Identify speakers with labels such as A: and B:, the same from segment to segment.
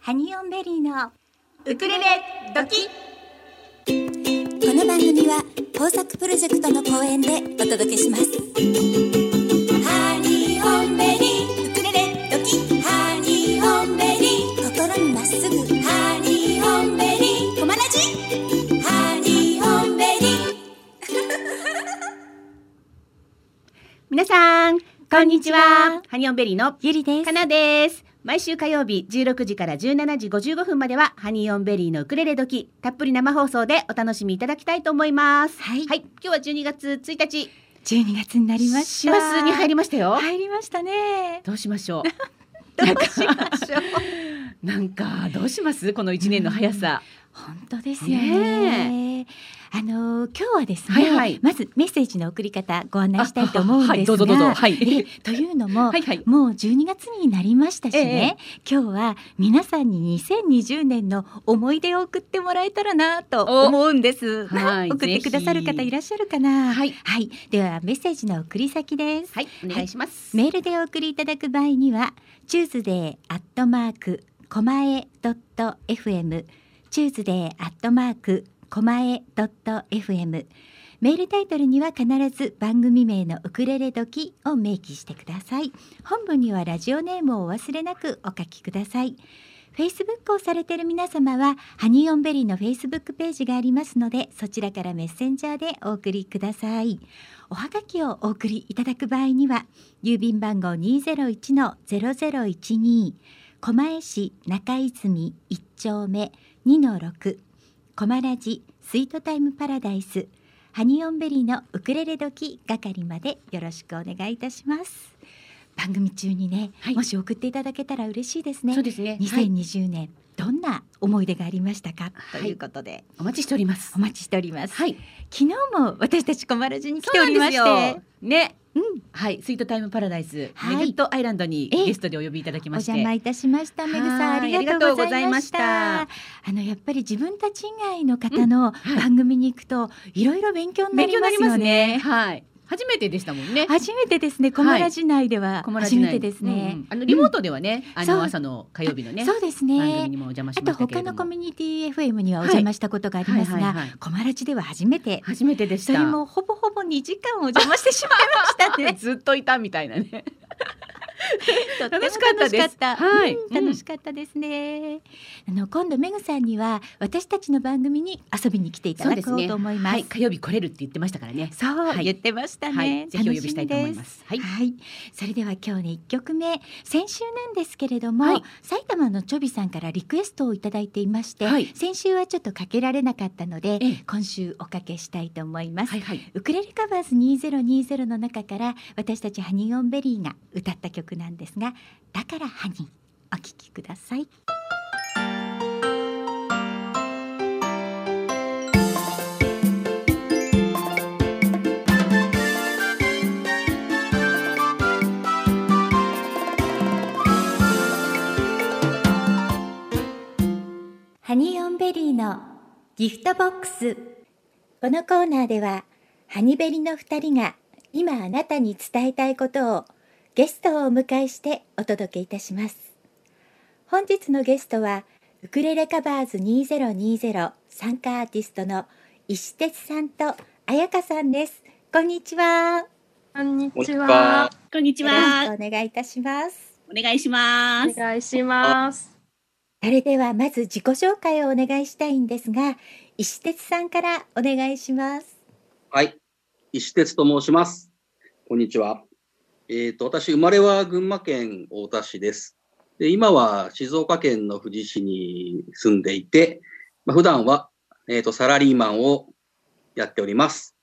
A: ハニオンベリーのウクレレドキ
B: この番組は豊作プロジェクトの公演でお届けしますハニーオンベリーウクレレドキハニーオンベリー心にまっすぐハニーオンベリーコマラジハニーオンベリ
C: 皆さんこんにち
A: こんに
C: はハニオンベリーの
A: ゆりで
C: かなです毎週火曜日16時から17時55分まではハニーオンベリーのウクレレ時たっぷり生放送でお楽しみいただきたいと思います
A: はい
C: はい今日は12月1日
A: 12月になりまし
C: 師
A: た
C: 走に入りましたよ、
A: 入りましたね
C: どうしましょ
A: どうしましょう
C: うなんかどうしますこの1年の速さ、
A: 本当ですよねあの今日はですね、
C: はいはい
A: まずメッセージの送り方ご案内したいと思うんですが、
C: はいどうぞどうぞはい
A: えというのも、
C: はいはい
A: もう12月になりましたしね、今日は皆さんに2020年の思い出を送ってもらえたらなと思うんです。
C: はい
A: 送ってくださる方いらっしゃるかな。はい、ではメッセージの送り先です。
C: はいお願いします、
A: メールでお送りいただく場合には、チューズデーアットマークコマエドット FM、チューズデーアットマークコマエドット FM。メールタイトルには必ず番組名のウクレレ時を明記してください。本文にはラジオネームをお忘れなくお書きください。Facebook をされている皆様はハニーオンベリーの Facebook ページがありますのでそちらからメッセンジャーでお送りください。おはがきをお送りいただく場合には郵便番号201-0012狛江市中泉1丁目2-6狛ラジスイートタイムパラダイスハニオンベリーのウクレレ時係までよろしくお願いいたします番組中にね、
C: はい
A: もし送っていただけたら嬉しいですね
C: そうですねはい
A: 2020年、どんな思い出がありましたか、
C: はい
A: ということで
C: お待ちしております
A: お待ちしております、
C: はい
A: 昨日も私たちコマラジに来て
C: そ
A: お
C: うなん
A: りま
C: です
A: し
C: よ
A: て
C: ね
A: うん
C: はいスイートタイムパラダイス、
A: はい
C: メグットアイランドに
A: ええ
C: ゲストでお呼びいただき
A: お
C: まして
A: 邪魔いたしましためぐさんあ
C: はい
A: りがとうございました
C: ありがとうございま
A: あのやっぱり自分たち以外の方の
C: はい
A: 番組に行くと、いろいろ勉強にな
C: 勉強
A: り
C: に
A: ま
C: な
A: す
C: りま
A: よ
C: すね。
A: ね
C: はい。初めてでしたもんね。
A: 初めてですね小村市内では
C: 小村
A: 初
C: 時代
A: めてですね、
C: うんうんあのリモートではね、あ
A: そう
C: の朝の火曜日のね、
A: そうです
C: 番組
A: ね
C: にもお邪魔し
A: あ
C: ま
A: と
C: したけ
A: 他
C: れども。
A: のコミュニティ FM にはお邪魔したことがあります
C: はいはいはい
A: が
C: はい
A: 小村市では初めて
C: 初めてでし
A: そ
C: た。
A: れもほぼほぼ2時間お邪魔してしまいましたね
C: ずっといたみたいなね。
A: とっても
C: 楽しかったで
A: 楽し
C: す
A: かった
C: はい
A: うん
C: うん
A: 楽しかったですね。あの今度メグさんには私たちの番組に遊びに来ていただこうと思いま
C: はい。
A: す。
C: 火曜日来れるって言ってましたからね。
A: そう、
C: はい
A: 言ってましたね、
C: はいぜひお呼びしたいと思います
A: 楽しみで
C: は
A: はい、それでは今日ね一曲目先週なんですけれども、
C: はい
A: 埼玉のちょびさんからリクエストをいただいていまして、
C: はい
A: 先週はちょっとかけられなかったので
C: ええ
A: 今週おかけしたいと思います
C: は。いはい。
A: ウクレレカバーズ2020の中から私たちハニーオンベリーが歌った曲なんですがだからハニーお聴きくださいハニーオンベリーのギフトボックスこのコーナーではハニベリの2人が今あなたに伝えたいことをゲストをお迎えしてお届けいたします本日のゲストはウクレレカバーズ2020参加アーティストの石鉄さんと彩香さんですこんにちは
D: こんにち
E: こんにちは
D: は。
C: こんにち
A: よ。ろしくお願いいたします
C: お願いしま
D: お。願いします。
A: それではまず自己紹介をお願いしたいんですが石鉄さんからお願いします
E: はい。石鉄と申します。こんにちは。えっ、と、私、生まれは群馬県太田市です。で、今は静岡県の富士市に住んでいて、まあ、普段は、えっ、と、サラリーマンをやっております。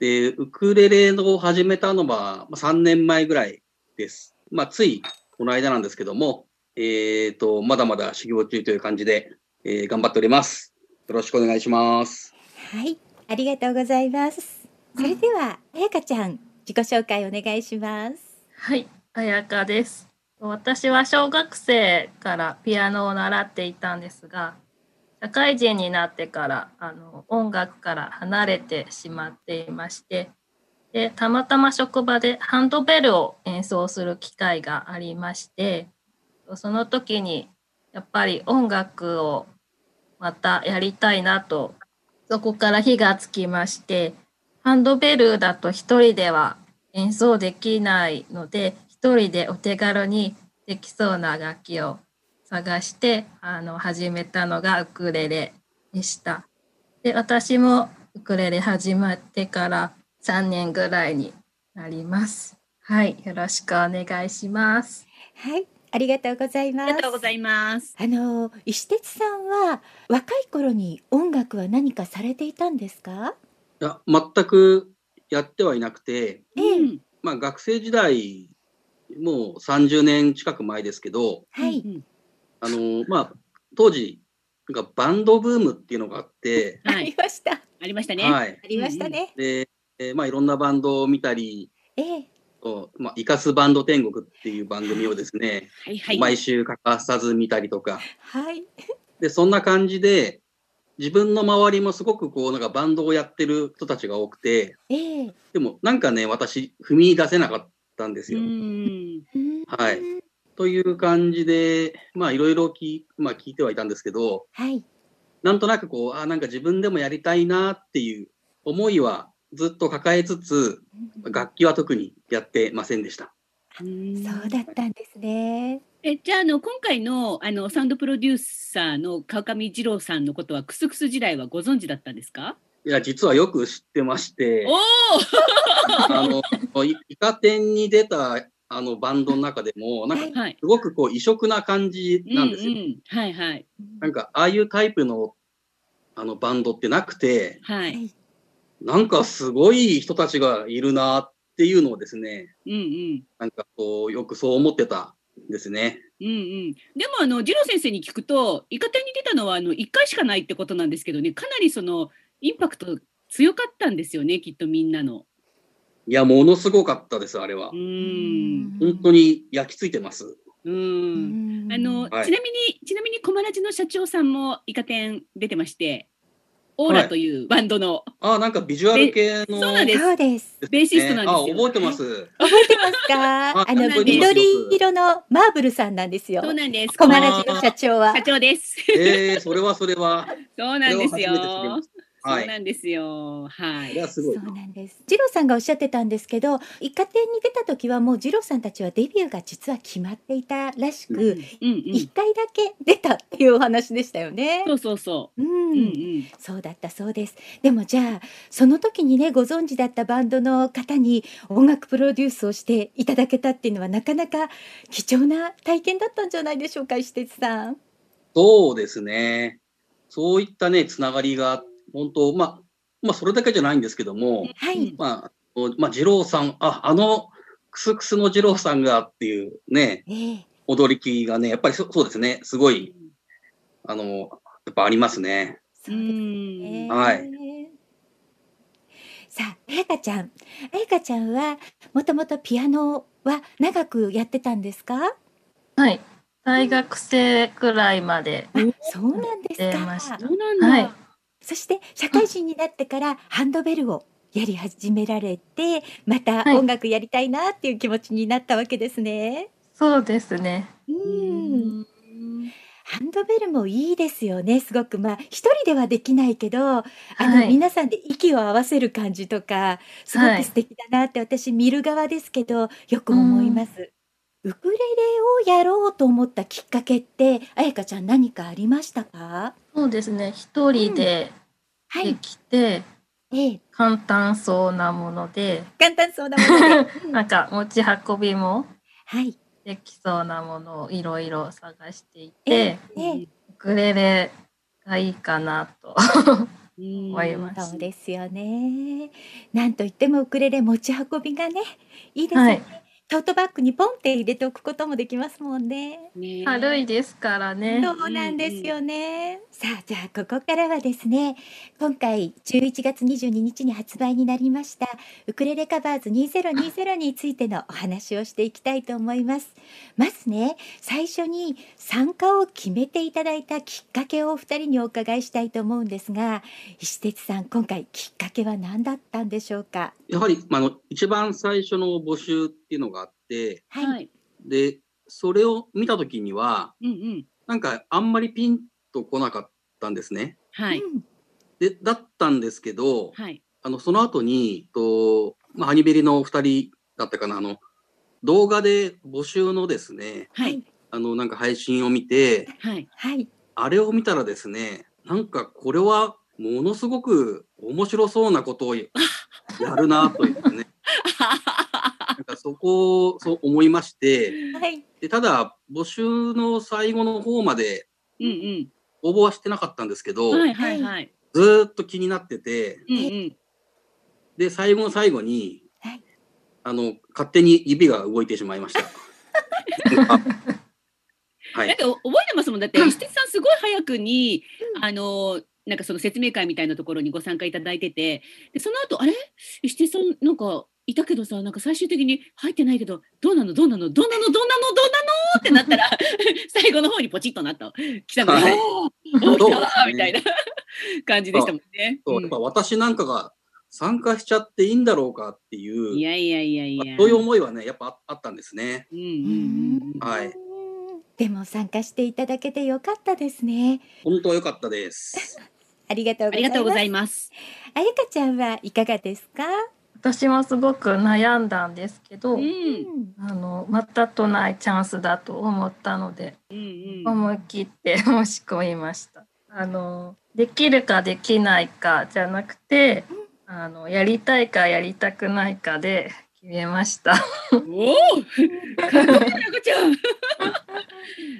E: で、ウクレレを始めたのはまあ3年前ぐらいです。まあ、ついこの間なんですけども、えっ、と、まだまだ修行中という感じで、えー頑張っております。よろしくお願いします。
A: はい、ありがとうございます。それでは、あやかちゃん、自己紹介お願いします。
D: はい、あやかです。私は小学生からピアノを習っていたんですが、社会人になってからあの音楽から離れてしまっていまして、でたまたま職場でハンドベルを演奏する機会がありまして、その時にやっぱり音楽をまたやりたいなとそこから火がつきましてハンドベルだと一人では演奏できないので一人でお手軽にできそうな楽器を探してあの始めたのがウクレレでした。で私もウクレレ始まってから3年ぐらいになります。はい、よろしくお願いします。
A: はい、ありがとうござい
F: あ
A: ま
F: り
A: す。
F: がとうございます。
A: あの石鉄さんは若い頃に音楽は何かされていたんですか？
E: いや、全くやってはいなくて、
A: ええ
F: うん
E: まあ学生時代、もう30年近く前ですけど、
A: はい、
F: うん
E: あの、まあ当時、なんかバンドブームっていうのがあって、
F: は
A: あり
F: い、
A: ました。あ
F: ありましたね。
E: はい。
A: りましたね。
E: で、えーまあいろんなバンドを見たり、
A: ええ
E: こうまあ、イカスバンド天国っていう番組をですね、
F: はいはい。
E: 毎週欠かさず見たりとか、
A: はい。
E: で、そんな感じで、自分の周りもすごくこう、なんかバンドをやってる人たちが多くて、
A: ええ
E: でもなんかね、私、踏み出せなかったんです
F: う
E: よ。
F: ん。
A: うん
E: はいという感じで、まあいろいろ聞,、まあ、聞いてはいたんですけど、
A: はい。
E: なんとなくこう、あなんか自分でもやりたいなっていう思いはずっと抱えつつ、楽器は特にやってませんでした。
A: そうだったんですね。
F: えじゃああの今回のあのサウンドプロデューサーの川上二郎さんのことはクスクス時代はご存知だったんですか？
E: いや、実はよく知ってまして、
F: お
E: あの、いイカ天に出たあのバンドの中でも、なんか
F: お、はい。
E: すごくこう異色な感じなんですよ。
F: うんうん、はいはい
E: なんか、ああいうタイプのあのバンドってなくて、
F: は
A: はい
F: い。
E: なんかすごい人たちがいるなっていうのをですね、
F: うんうん。
E: なんかこう、よくそう思ってたんですね。
F: うんうん、でもあの次郎先生に聞くとイカ天に出たのはあの1回しかないってことなんですけどねかなりそのインパクト強かったんですよねきっとみんなの。
E: いや、ものすごかったです、あれは
F: う。ーん
E: 本当に焼き付いてます。
F: う
A: うんん
F: あの、
E: はい
F: ちなみに、ちなみに、コマラジの社長さんもイカ天出てまして。オーラというバンドの、
E: ああ、なんかビジュアル系の。
F: そうなんです
A: そうです。
F: ベーシストな
E: ね
F: ん
E: あ
F: ですよ。
E: 覚えてます。
A: 覚えてますか？
E: あ
A: あの
F: そうです
A: 緑色のマーブルさんなんですよ
F: そう。なんです。
A: コ
F: コ
A: マ
F: マ
A: ラ
F: ラ
A: ジの社長は
F: 社。長です。
E: ええそれはそれは。
F: そうなんですよ。
E: それを初めて知りま
F: そ
E: しは
F: う
E: い。
F: なんですよ。は
E: それ
F: い。
E: はすごい
A: そ。うなんです。次郎さんがおっしゃってたんですけど、一家店に出た時はもう次郎さんたちはデビューが実は決まっていたらし
F: うん、う
A: く、一、
F: ん、
A: 回だけ出たっていうお話でしたよね。
F: そうそうそうう。
A: ん、
F: うん、うん。
A: そうだったそうです。でもじゃあその時にねご存知だったバンドの方に音楽プロデュースをしていただけたっていうのはなかなか貴重な体験だったんじゃないでしょうか石鉄さん。
E: そうですね。そういったね、つながりが、本当、まあ、まあ、それだけじゃないんですけども、
A: はい、
F: うん
E: まあ、おまあ、二郎さん、あ、あの、クスクスの二郎さんがっていうね、
A: ええ
E: 踊り気がね、やっぱりそそうですね、すごい、あの、やっぱありますね。
A: そうです
F: うん
E: はい
A: さあ、あやかちゃん、あやかちゃんはもともとピアノは長くやってたんですか？
D: はい、大学生くらいまで
A: そうなんです
D: 出まし
A: か
D: た。
F: そうなんだ。
D: はい、
A: そして社会人になってからハンドベルをやり始められて、また
D: はい
A: 音楽やりたいなっていう気持ちになったわけですね。
D: そうですね。
A: うん、
F: うん
A: ハンドベルもいいですよね。すごくまあ一人ではできないけど、あの、
D: はい
A: 皆さんで息を合わせる感じとか、すご
D: は
A: く
D: い
A: 素敵だなって私見る側ですけど、よく思います。ウクレレをやろうと思ったきっかけって、あやかちゃん何かありましたか？
D: そうですね。一人で
A: は
D: で
A: い、
D: きて
A: え え、
D: 簡単そうなもので、
A: 簡単そうなものでうん
D: なんか持ち運びも
A: はい、
D: できそうなものをいろいろ探してい
A: え
D: て、
A: えええ
D: ウクレレがいいかなと
F: うん
D: 思いま
A: そう
D: す。
A: ですよね。なんといってもウクレレ持ち運びがね、いいですね。
D: はい、
A: トートバッグにポンって入れておくこともできますもんね。
F: ね
D: 軽いですからね。
A: そうなんですよね。さあ、じゃあここからはですね、今回11月22日に発売になりましたウクレレカバーズ2020についてのお話をしていきたいと思います。まずね、最初に参加を決めていただいたきっかけをお二人にお伺いしたいと思うんですが、石鉄さん、今回きっかけは何だったんでしょうか。
E: やはり、まあ、あの、一番最初の募集っていうのがあって、
A: は
F: はい。
E: で、それを見たときには、
F: うんうん。
E: なんかあんまりピンとこなかったんですね。
C: はい。
E: で、だったんですけど、
C: はい。
E: あの、その後に、と、まあ、ハニベリのお二人だったかな、あの、動画で募集のですね、
C: はい。
E: あの、なんか配信を見て、
C: はい。
A: はい。
E: あれを見たらですね、なんかこれはものすごく面白そうなことをやるなと いうかね、なんかそこをそう思いまして、
A: はい。
E: でただ募集の最後の方まで
C: うん
E: 応募はしてなかったんですけど、
C: うん。はいはいはい。
E: ずーっと気になってて、
C: うんうん。
E: で、最後の最後に、
A: はい
E: あの、勝手に指が動いてしまい ました。は
C: だっ
E: い。
C: てお覚えてますもんだって石鉄さんすごい早くに、あのなんかその説明会みたいなところにご参加いただいててでその後あれ石鉄さんなんかいたけどさなんか最終的に入ってないけどどうなのどうなのどうなのどうなのどうなのってなった ら最後の方にポチッとなった来たの
E: はい
C: おーおー
E: そ
C: 来
E: うで
C: た
E: す
C: わ
E: ね
C: みたいな感じでしたもんね。
E: そう
C: うん
E: やっぱ私なんかが参加しちゃっていいんだろうかっていう。
C: いやいやいやい
E: まあ
C: や。
E: そういう思いはね、やっぱああったんですね。
C: うんうんうん
E: はい
A: うん。でも参加していただけてよかったですね。
E: 本当良かったです。
A: ありがとうご
C: あ
A: ざい
C: り
A: ます。
C: がとうございます。
A: あゆかちゃんはいかがですか？
D: 私もすごく悩んだんですけど、
C: うん
D: あのまたとないチャンスだと思ったので
C: うんうん。
D: 思い切って 申し込みました。あのできるかできないかじゃなくてあのやりたいかやりたくないかで決めました。
C: おお、かっこいいな赤ちゃん。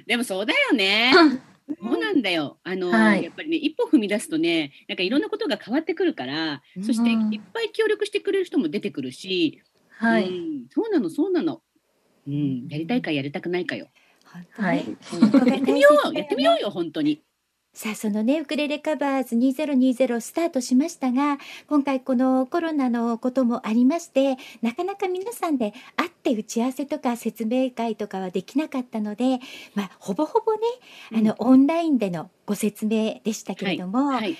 C: でもそうだよね。そうなんだよ。あの、
D: はい
C: やっぱりね、一歩踏み出すとね、なんかいろんなことが変わってくるから、
A: うん
C: そしていっぱい協力してくれる人も出てくるし、
D: は
C: う
D: い、
C: んそうなのそうなの。うん、やりたいかやりたくないかよ。
A: 本当ね
D: はい、
A: ここが大切だよね
C: やってみよう、やってみようよ本当に。
A: さあそのねウクレレカバーズ2020スタートしましたが今回このコロナのこともありましてなかなか皆さんで会って打ち合わせとか説明会とかはできなかったので、まあ、ほぼほぼねあの、オンラインでのご説明でしたけれども、
C: はい。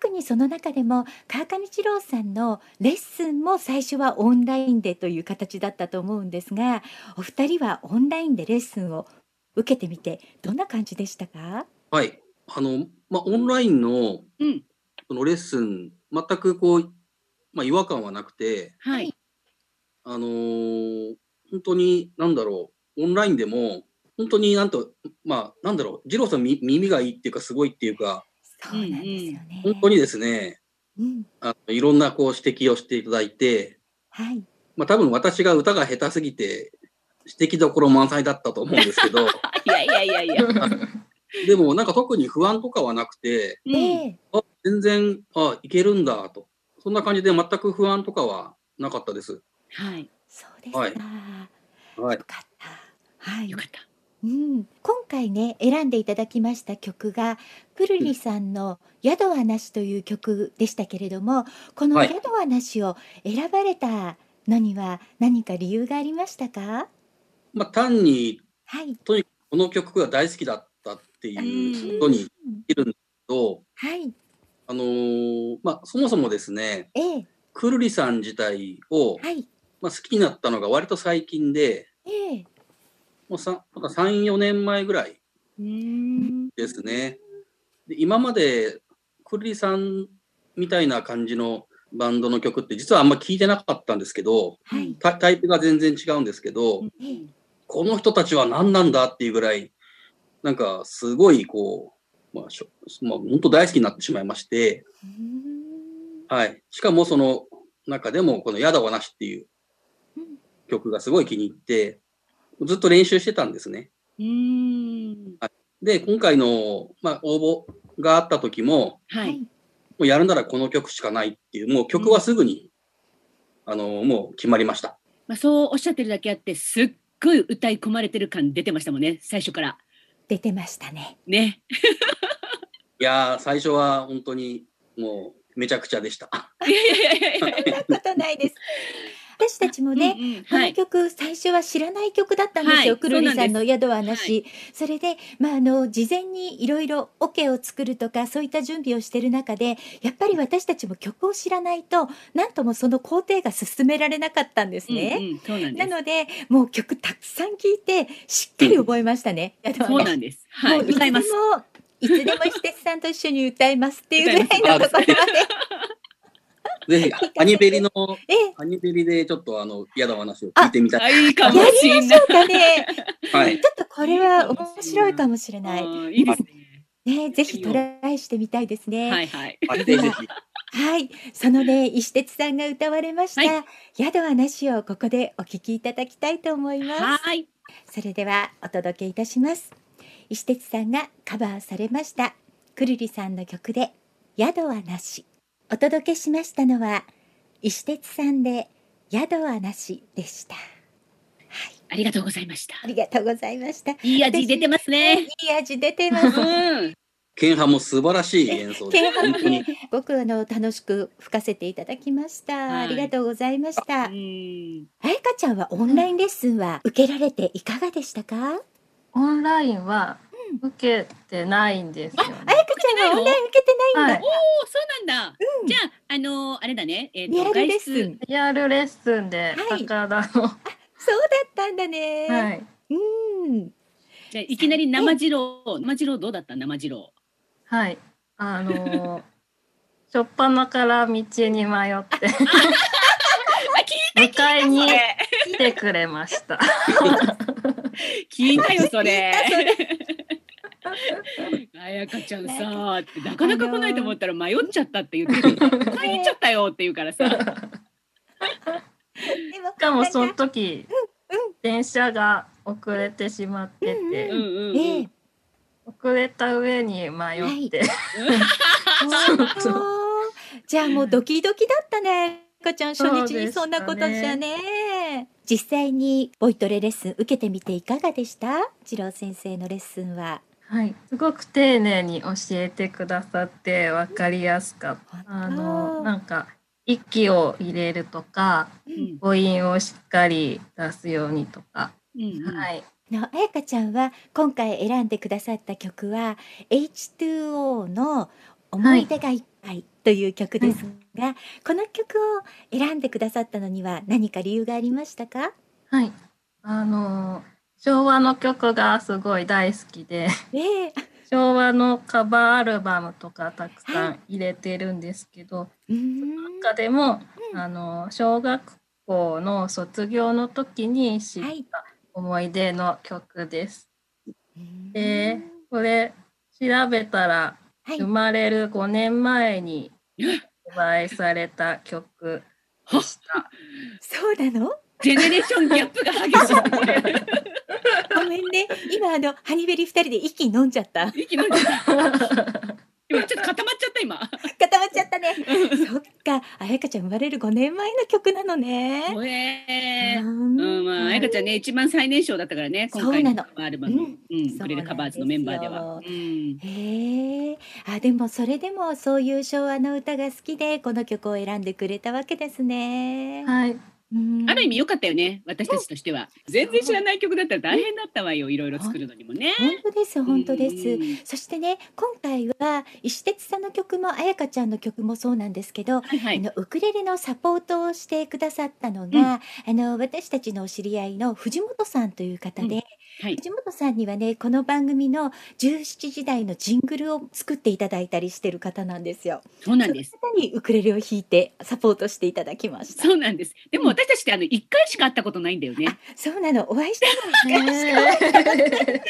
A: 特にその中でも川上二郎さんのレッスンも最初はオンラインでという形だったと思うんですがお二人はオンラインでレッスンを受けてみてどんな感じでしたか
E: はい。あの、まあ、オンラインの
C: うん。
E: そのレッスン、全くこう、まあ、違和感はなくて、
C: はい。
E: あのー本当に、なんだろう、オンラインでも、本当になんと、まあ、なんだろう、二郎さんみ耳がいいっていうか、すごいっていうか、
A: そうなんですよね。
E: 本当にですね、
A: うん、
E: あのいろんなこう指摘をしていただいて、
A: はい。
E: まあ、多分私が歌が下手すぎて、指摘どころ満載だったと思うんですけど、
C: いやいやいやいや。
E: でもなんか特に不安とかはなくて、
C: う
A: え
C: ん。
A: え
E: あ全然あいけるんだとそんな感じで全く不安とかはなかったです。
C: はい。
A: そうですか。
E: はいはい
A: よ、かった。はい
C: よ。かった。
A: うん、今回ね選んでいただきました曲がプルリさんの「宿はなし」という曲でしたけれどもこの「
E: はい
A: 宿はなし」を選ばれたのには何か理由がありましたか
E: まあ、単に
A: はい
E: この曲が大好きだったっていうことにいるんだけど、
A: はい
E: あのーまあ、そもそもですね
A: ええ
E: くるりさん自体を、
A: はい
E: まあ、好きになったのが割と最近で
A: ええ
E: もうさなんか34年前ぐらい
C: うん。
E: ですね。で今までくるりさんみたいな感じのバンドの曲って実はあんま聞いてなかったんですけど
A: はい
E: タタイプが全然違うんですけど、この人たちは何なんだっていうぐらい、なんかすごいこう、まあ、しょまあ、本当大好きになってしまいまして、
A: うん
E: はい。しかもその中でも、このやだわなしっていう
A: うん
E: 曲がすごい気に入って、ずっと練習してたんですね。
C: うん。
E: で、今回の、まあ、応募があった時も、
A: は
C: はい。
A: い
E: もうやるならこの曲しかないっていう、もう曲はすぐに、あの、もう決まりました。
C: まあ、そうおっしゃってるだけあって、すっごい歌い込まれてる感出てましたもんね、最初から。
A: 出てましたね。
C: ね。
E: いやー、最初は本当にもうめちゃくちゃでした。
C: いやいやいやいやいや
A: そんなことないです。私たちもね、
C: うんうん
A: こ
C: は
A: の
C: い。
A: 曲、最初は知らない曲だったんですよ、
C: はい
A: くるりさんの
C: そうなん
A: 宿はなし。それで、まあ、あの、事前にいろいろオケを作るとか、そういった準備をしてる中で、やっぱり私たちも曲を知らないと、なんともその工程が進められなかったんです
C: うん
A: ね。
C: うんそうなん
A: な
C: です。
A: ので、もう曲たくさん聴いて、しっかり覚えましたね。宿は
C: そう
A: なし
C: なんです。はい。
A: もういつ
C: 歌
A: で
C: い
A: も
C: ます。
A: いつでも石鉄さんと一緒に歌いますっていうぐらいのところまで。
E: ぜひ、アニベリの、
A: ええ
E: アニベリでちょっとあの、嫌な話を聞いてみたい。
C: あ、いいかも
A: や
C: しれ
A: りまし
C: ない
A: ょ。うかね。
E: はい。
A: ちょっとこれは面白いかもしれない。
C: うんいいですね。
A: ね、ぜひトライしてみたいですね。は、
C: はいいはい。
E: はいぜひぜひ。
A: そのね、石鉄さんが歌われました、
C: は
A: 宿はなしをここでお聞きいただきたいと思います。
C: はい。
A: それではお届けいたします。石鉄さんがカバーされましたくるりさんの曲で宿はなし。お届けしましたのは石鉄さんで宿はなしでした。
C: ありがとうございました。
A: ありがとうございました。
C: いい味出てますね。
A: いい味出てま
C: う
A: す。
C: ん。
E: ケンハも素晴らしい演奏で
A: 軽
E: す。
A: 薄
E: 本
A: も
E: 当に
A: ね。、僕あの楽しく吹かせていただきました、
C: は
A: あ
C: い
A: りがとうございました。あ
C: うん
A: やかちゃんはオンラインレッスンは受けられていかがでしたか？あやか
D: オンラインは受けてないんですよね。
A: ちゃんはオンライン受けてないんだ。
D: はい、
C: おそうなんだ。じゃあ、あのーあれだね。えっ、
A: リア
C: と、
A: ルレ
C: 外
A: ッス
C: 出。
A: ン。
D: リアルレッスンで
A: はい
D: 高田の、は
A: そうだったんだね。
D: い、
A: うん。
C: じゃあいきなり生二郎、生二郎どうだった生二郎。
D: はい、あの ー、初っ端から道に迷って迎えに来てくれました。
C: 聞いたよ、それ。
A: 聞いたそ
C: あやかちゃんさ、ってなかなか来ないと思ったら迷っちゃったって言ってる。買いに行っちゃったよって言うからさ。
A: でも
D: しかも
A: なん
D: その時電車が遅れてしまってて、
C: うんうん、うん。
A: ええ、
D: 遅れた上に迷って、
A: 本当じゃあもうドキドキだったね。あやかちゃん初日にそんなことじゃ
D: そうで
A: ね。実際にボイトレレッスン受けてみていかがでした？次郎先生のレッスンは。
D: はい、すごく丁寧に教えてくださって分かりやすかった。あのなんか息を入れるとか
C: うん
D: 母音をしっかり出すようにとか、
C: うんうん
D: はい、
A: のあやかちゃんは今回選んでくださった曲は H2O の思い出がいっぱいという曲ですが、この曲を選んでくださったのには何か理由がありましたか？
D: はい、あの昭和の曲がすごい大好きで
A: ええ
D: 昭和のカバーアルバムとかたくさん入れてるんですけど、
A: うーん
D: 中でも、
A: うん
D: あの小学校の卒業の時に知っ
A: はい
D: た思い出の曲です。
A: うーん
D: でこれ調べたら
A: はい
D: 生まれる5年前に発売された曲でした。
A: そうなの？
C: ジェネレーションギャップが激しい、ね。
A: ごめんね。今あのハニベリ二人で息飲んじゃった。
C: 息のんじゃった今ちょっと固まっちゃった今。
A: 固まっちゃったね。そっか。あやかちゃん生まれる5年前の曲なのね。
C: 怖え
A: う
C: うん、まあ、あやかちゃんね、一番最年少だったからね、今回
A: そうなの
C: のカバーアルバム、
A: う
C: うん
A: そ
C: ん、
A: うなんですよ
C: くれるカバーズのメンバーでは。うん、
A: へえあでもそれでもそういう昭和の歌が好きでこの曲を選んでくれたわけですね。
D: はい、
A: うん
C: ある意味良かったよね、私たちとしては。全然知らない曲だったら大変だったわよ、いろいろ作るのにもね。
A: 本当です本当です。
C: うん
A: そしてね今回は石鉄さんの曲もあやかちゃんの曲もそうなんですけど、
C: はいは
A: あ
C: い。
A: のウクレレのサポートをしてくださったのが、あの私たちのお知り合いの藤本さんという方で、
C: うんはい
A: 藤本さんにはねこの番組の17時台のジングルを作っていただいたりしてる方なんですよ。
C: そうなんです。
A: その方にウクレレを弾いてサポートしていただきました。
C: そうなんです。でも私たちってあの一回しか会ったことないんだよね。
A: そうなのお会いしたのが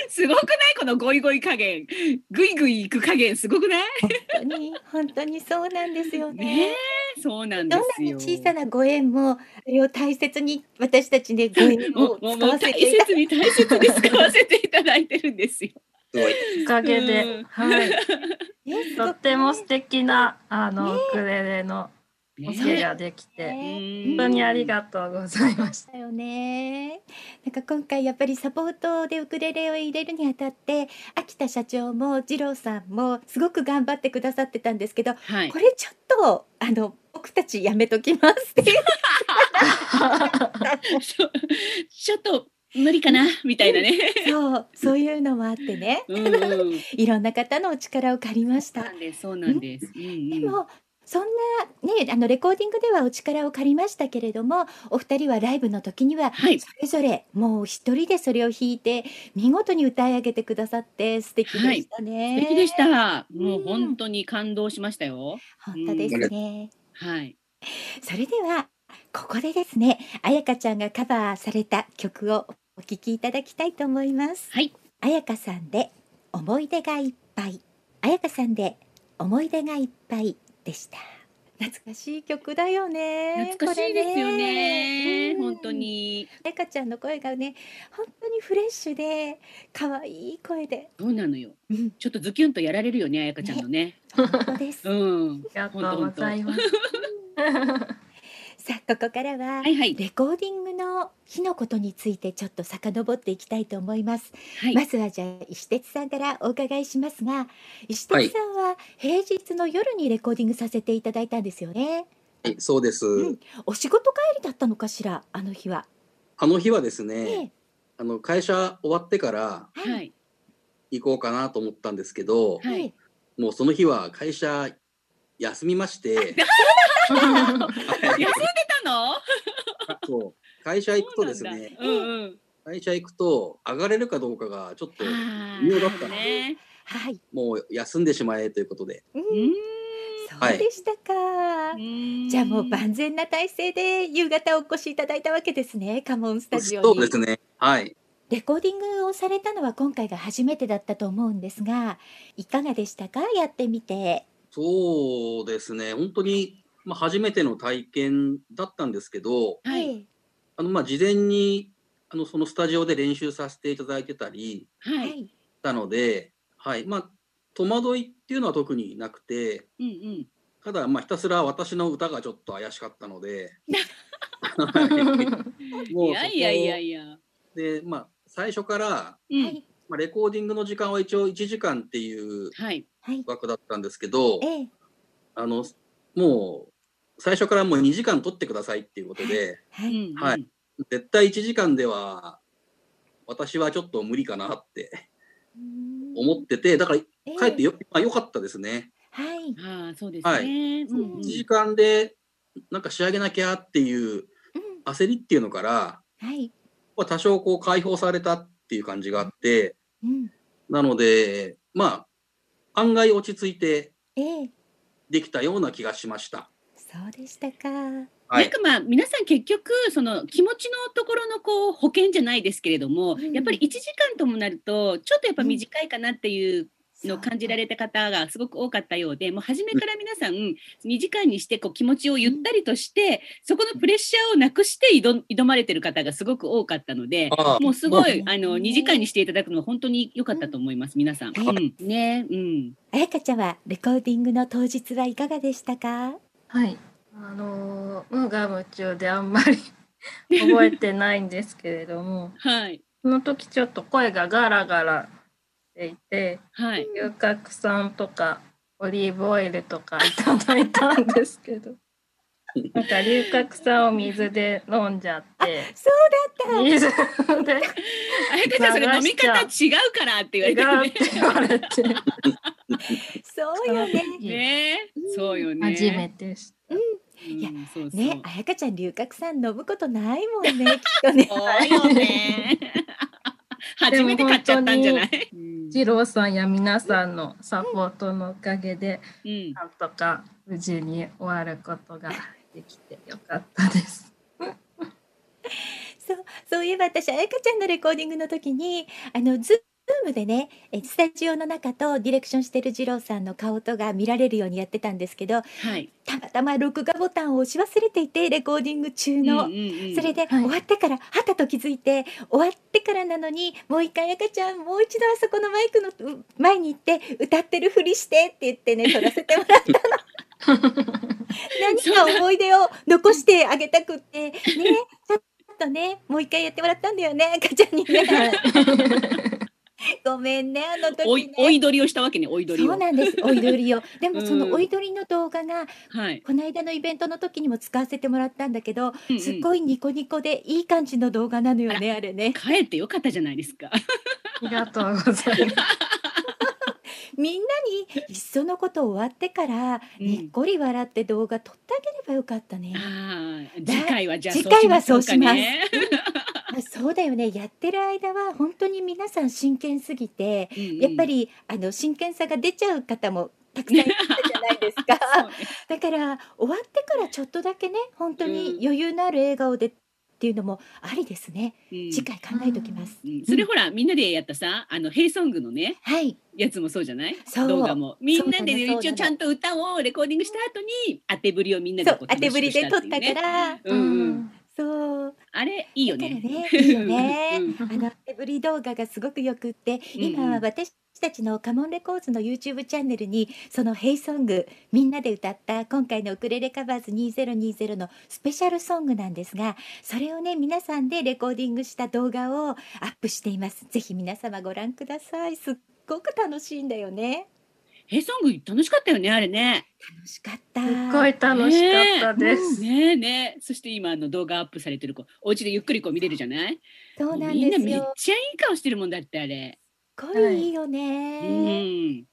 C: すごくないこのゴイゴイ加減、グイグイ行く加減すごくない？
A: 本当に本当にそうなんですよ
C: ね
A: ね。
C: え、そうなんで
A: どんな
C: す
A: に
C: よ。
A: 小さなご縁もそれを大切に私たちねご縁
C: も
A: を
C: うもう
A: 使
C: も
A: わ
C: う
A: せ
C: 大
A: ていた
C: 切に大切に使わせていただいてるんですよ。
E: すごい。
D: おかげ
C: う
D: で
C: ん、
D: はい、
A: ねすごく
D: とっても素敵なあの、ウクレレのオケができて、
A: ね
D: 本当にありがとうございました。
A: だよね。なんか今回やっぱりサポートでウクレレを入れるにあたって秋田社長も二郎さんもすごく頑張ってくださってたんですけど、
C: はい
A: こ。れちょっとあの僕たちやめときますっていう
C: そうちょっと無理かなみたいなね。
A: そうそういうのもあってね
C: うんうん、
A: いろんな方のお力を借りました
C: なんですそうなんです。うんう
A: で
C: ん
A: もそんなねあのレコーディングではお力を借りましたけれどもお二人はライブの時には
C: はい
A: それぞれもう一人でそれを弾いて見事に歌い上げてくださって素敵でしたね、
C: 素敵でした。も
A: うん
C: う本当に感動しましたよ。
A: 本当ですね
C: はい。
A: それではここでですね彩香ちゃんがカバーされた曲をお聴きいただきたいと思います
C: はい
A: 彩香さんで思い出がいっぱい彩香さんで思い出がいっぱいでした懐かしい曲だよね
C: 懐かしいですよ
A: これ
C: ね。
A: うん
C: 本当に。
A: 彩香ちゃんの声がね本当にフレッシュで可愛い声で
C: そうなのよ。
A: うん
C: ちょっとズキュンとやられるよね、あやかちゃんのね。
A: 本当です
C: う
A: さ
C: ん。
D: ありがとうございます。
A: あここからは
C: はいはい。
A: レコーディングの日のことについてちょっと遡っていきたいと思います
C: はい。
A: まずはじゃあ石鉄さんからお伺いしますが石鉄さんは平日の夜にレコーディングさせていただいたんですよね、
E: はい、そうです、
A: んお仕事帰りだったのかしらあの日は、
E: あの日はです
A: え
E: ね、
A: え
E: あの会社終わってから
C: はい。
E: 行こうかなと思ったんですけど、
C: はい
A: ええ
E: もうその日は会社休みまして、
C: 休んでたの。
E: そう会社行くとですね、
C: そうなんだうんうん。
E: 会社行くと上がれるかどうかがちょっと
C: あ
E: 微妙だ
C: あ
E: っ。たので、
C: ね。
A: はい、
E: もう休んでしまえということで、
A: うん
C: う
A: そうでしたか、
C: ーん。
A: じゃあもう万全な体制で夕方お越しいただいたわけですねカモンスタジオに
E: そうですね、はい、
A: レコーディングをされたのは今回が初めてだったと思うんですがいかがでしたかやってみて
E: そうですね、本当にまあ初めての体験だったんですけど、
C: はい。
A: え
E: あのまあ事前にあのそのスタジオで練習させていただいてたり
A: え
C: は。
A: はいい、
E: したので、はい、まあ戸惑いっていうのは特になくて、
C: うんうん。
E: ただまあひたすら私の歌がちょっと怪しかったの で、もう
C: いやいやいやいや。
E: でまあ最初から
C: うん
A: はい
E: まあ、レコーディングの時間は一応1時間っていう
C: はい。
A: はい
E: 枠だったんですけど、
A: ええ
E: あのもう最初からもう2時間取ってくださいっていうことで、
A: は
C: う
A: い、
C: んうん
E: はい。絶対1時間では私はちょっと無理かなって
A: うん
E: 思ってて、だからか
A: ええ
E: えってよ、まあ、良かったですね。
A: はい、
C: ああ、そうです
E: はい
C: ね。うんうん
E: 1時間でなんか仕上げなきゃっていう
A: う
E: 焦りっていうのから、
A: ん、はい、
E: まあ、多少こう解放されたっていう感じがあって、
A: うん、
E: なので、まあ、案外落ち着いて
A: ええ、
E: できたような気がしました。
A: そうでしたか。
E: はい
C: なんかまあ皆さん結局その気持ちのところのこう保険じゃないですけれども、
A: うん
C: やっぱり1時間ともなるとちょっとやっぱ短いかなっていうのを感じら
A: れ
C: れた方がすごく多かったようでもう初めから皆さん2時間にしてこう気持ちをゆったりとしてそこのプレッシャーをなくして挑挑まれてる方がすごく多かったので。
E: ああ
C: もうすご
E: ま
C: い、あの、2時間にしていただくのは本当に良かったと思います、皆さん。うん、ね、うん。
A: 彩香ちゃんはレコーディングの当日はいかがでしたか。
D: はい。あのー無我夢中であんまり 覚えてないんですけれども、
C: はい、
D: その時ちょっと声がガラガラしていて、
C: はい。
D: 遊郭さんとかオリーブオイルとかいただいたんですけど、なんか龍角散を水で飲んじゃって、
A: そうだっ
D: 水で
C: あやかちゃん、それ飲み方
D: 探
C: 違うからって言わ
D: 違
C: れて
D: う
C: るね
D: って。言われて、
A: た。そうよね。
C: ね
A: うん
C: そうよね。
D: 初めて知っ
C: うん。
A: いや
C: そうそう
A: ね、彩香ちゃん龍角散飲むことないも んね、きっとね。
C: そうよね。 初めて買っちゃったんじゃない。
D: 二郎さんや皆さんのサポートのおかげで、
C: うん、
D: なんとか無事に終わることができてよかったです。
A: そう、そういえば私、彩香ちゃんのレコーディングの時に、あの、ズームでね、えスタジオの中とディレクションしてる二郎さんの顔とが見られるようにやってたんですけど、
C: はい。
A: たまたま録画ボタンを押し忘れていて、レコーディング中の。それ
C: で。
A: で、終わってからはたと気づいて終わってからなのにもう一回赤ちゃんもう一度あそこのマイクのう前に行って歌ってるふりしてって言ってね撮らせてもらったの。何か思い出を残してあげたくってねちょっとねもう一回やってもらったんだよね赤ちゃんにね。ごめんね、あの
C: お
A: 時
C: い、お
A: ね。
C: いどりをしたわけね、おいどり
A: そ
C: を
A: う。なんです。おいどりを。でも
C: うん
A: そのおいどりの動画が、
C: はい。
A: この間のイベントの時にも使わせてもらったんだけど、
C: うんうん
A: すっごいニコニコでいい感じの動画なのよね、あれね。
C: 帰ってよかったじゃないですか。
D: りがとうございます。
A: みんなにいっそのこと終わってから、
C: うん
A: にっこり笑って動画撮ってあげればよかったね。
C: ああ、次回はじゃあ
A: 次回はそうします
C: そうしましょう
A: あそうだよね。やってる間は本当に皆さん真剣すぎて、
C: かね。うんうん
A: やっぱ。りあの真剣さが出ちゃう方もたくさんいるじゃないですか。
C: そうね
A: だから終わってからちょっとだけね本当
C: うん
A: に余裕のある笑顔でっていうのもありですね、
C: うん
A: 次回考えておきます、
C: うんそれほらみんなでやったさあのヘイソングのね
A: はい
C: やつもそうじゃない
A: そう
C: 動画もみんな
A: そう
C: で
A: なのそうなの
C: 一応ちゃんと歌をレコーディングした後に当てぶりをみんなで
A: そ
C: こ
A: う
C: う
A: 当てぶりで撮った
C: 楽し
A: か
C: くしたって
A: ら、
C: いうねうんうん
A: そう
C: あれいいよね
A: だからねいいよね
C: うん
A: あの当てぶり動画がすごくよくって今
C: うんう
A: は
C: ん
A: 私たちのカモンレコーズの YouTube チャンネルにそのヘイソングみんなで歌った今回のウクレレカバーズ2020のスペシャルソングなんですがそれをね皆さんでレコーディングした動画をアップしていますぜひ皆様ご覧くださいすっごく楽しいんだよね
C: ヘイソング楽しかったよねあれね
A: 楽しかった
D: すっごい楽しかったです。
C: ねえうんねえねえそして今あの動画アップされてる子お家でゆっくりこう見れるじゃない
A: そうなん
C: みん
A: で
C: な
A: す
C: めっ
A: よ
C: ちゃいい顔してるもんだってあれ
A: すっごいいいよね、
C: うん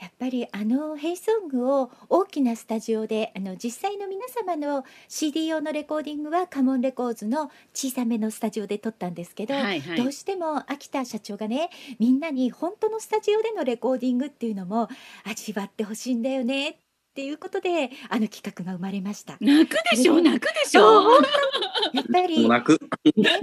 A: やっぱりあのヘイソングを大きなスタジオであの実際の皆様の CD 用のレコーディングはカモンレコーズの小さめのスタジオで撮ったんですけど、
C: はいは
A: どう
C: い
A: しても秋田社長がねみんなに本当のスタジオでのレコーディングっていうのも味わってほしいんだよねっていうことであの企画が生まれました。
C: 泣くでしょ泣くでし
A: そう
C: ょ
A: 本当にやっぱり
E: もう泣く。
A: 秋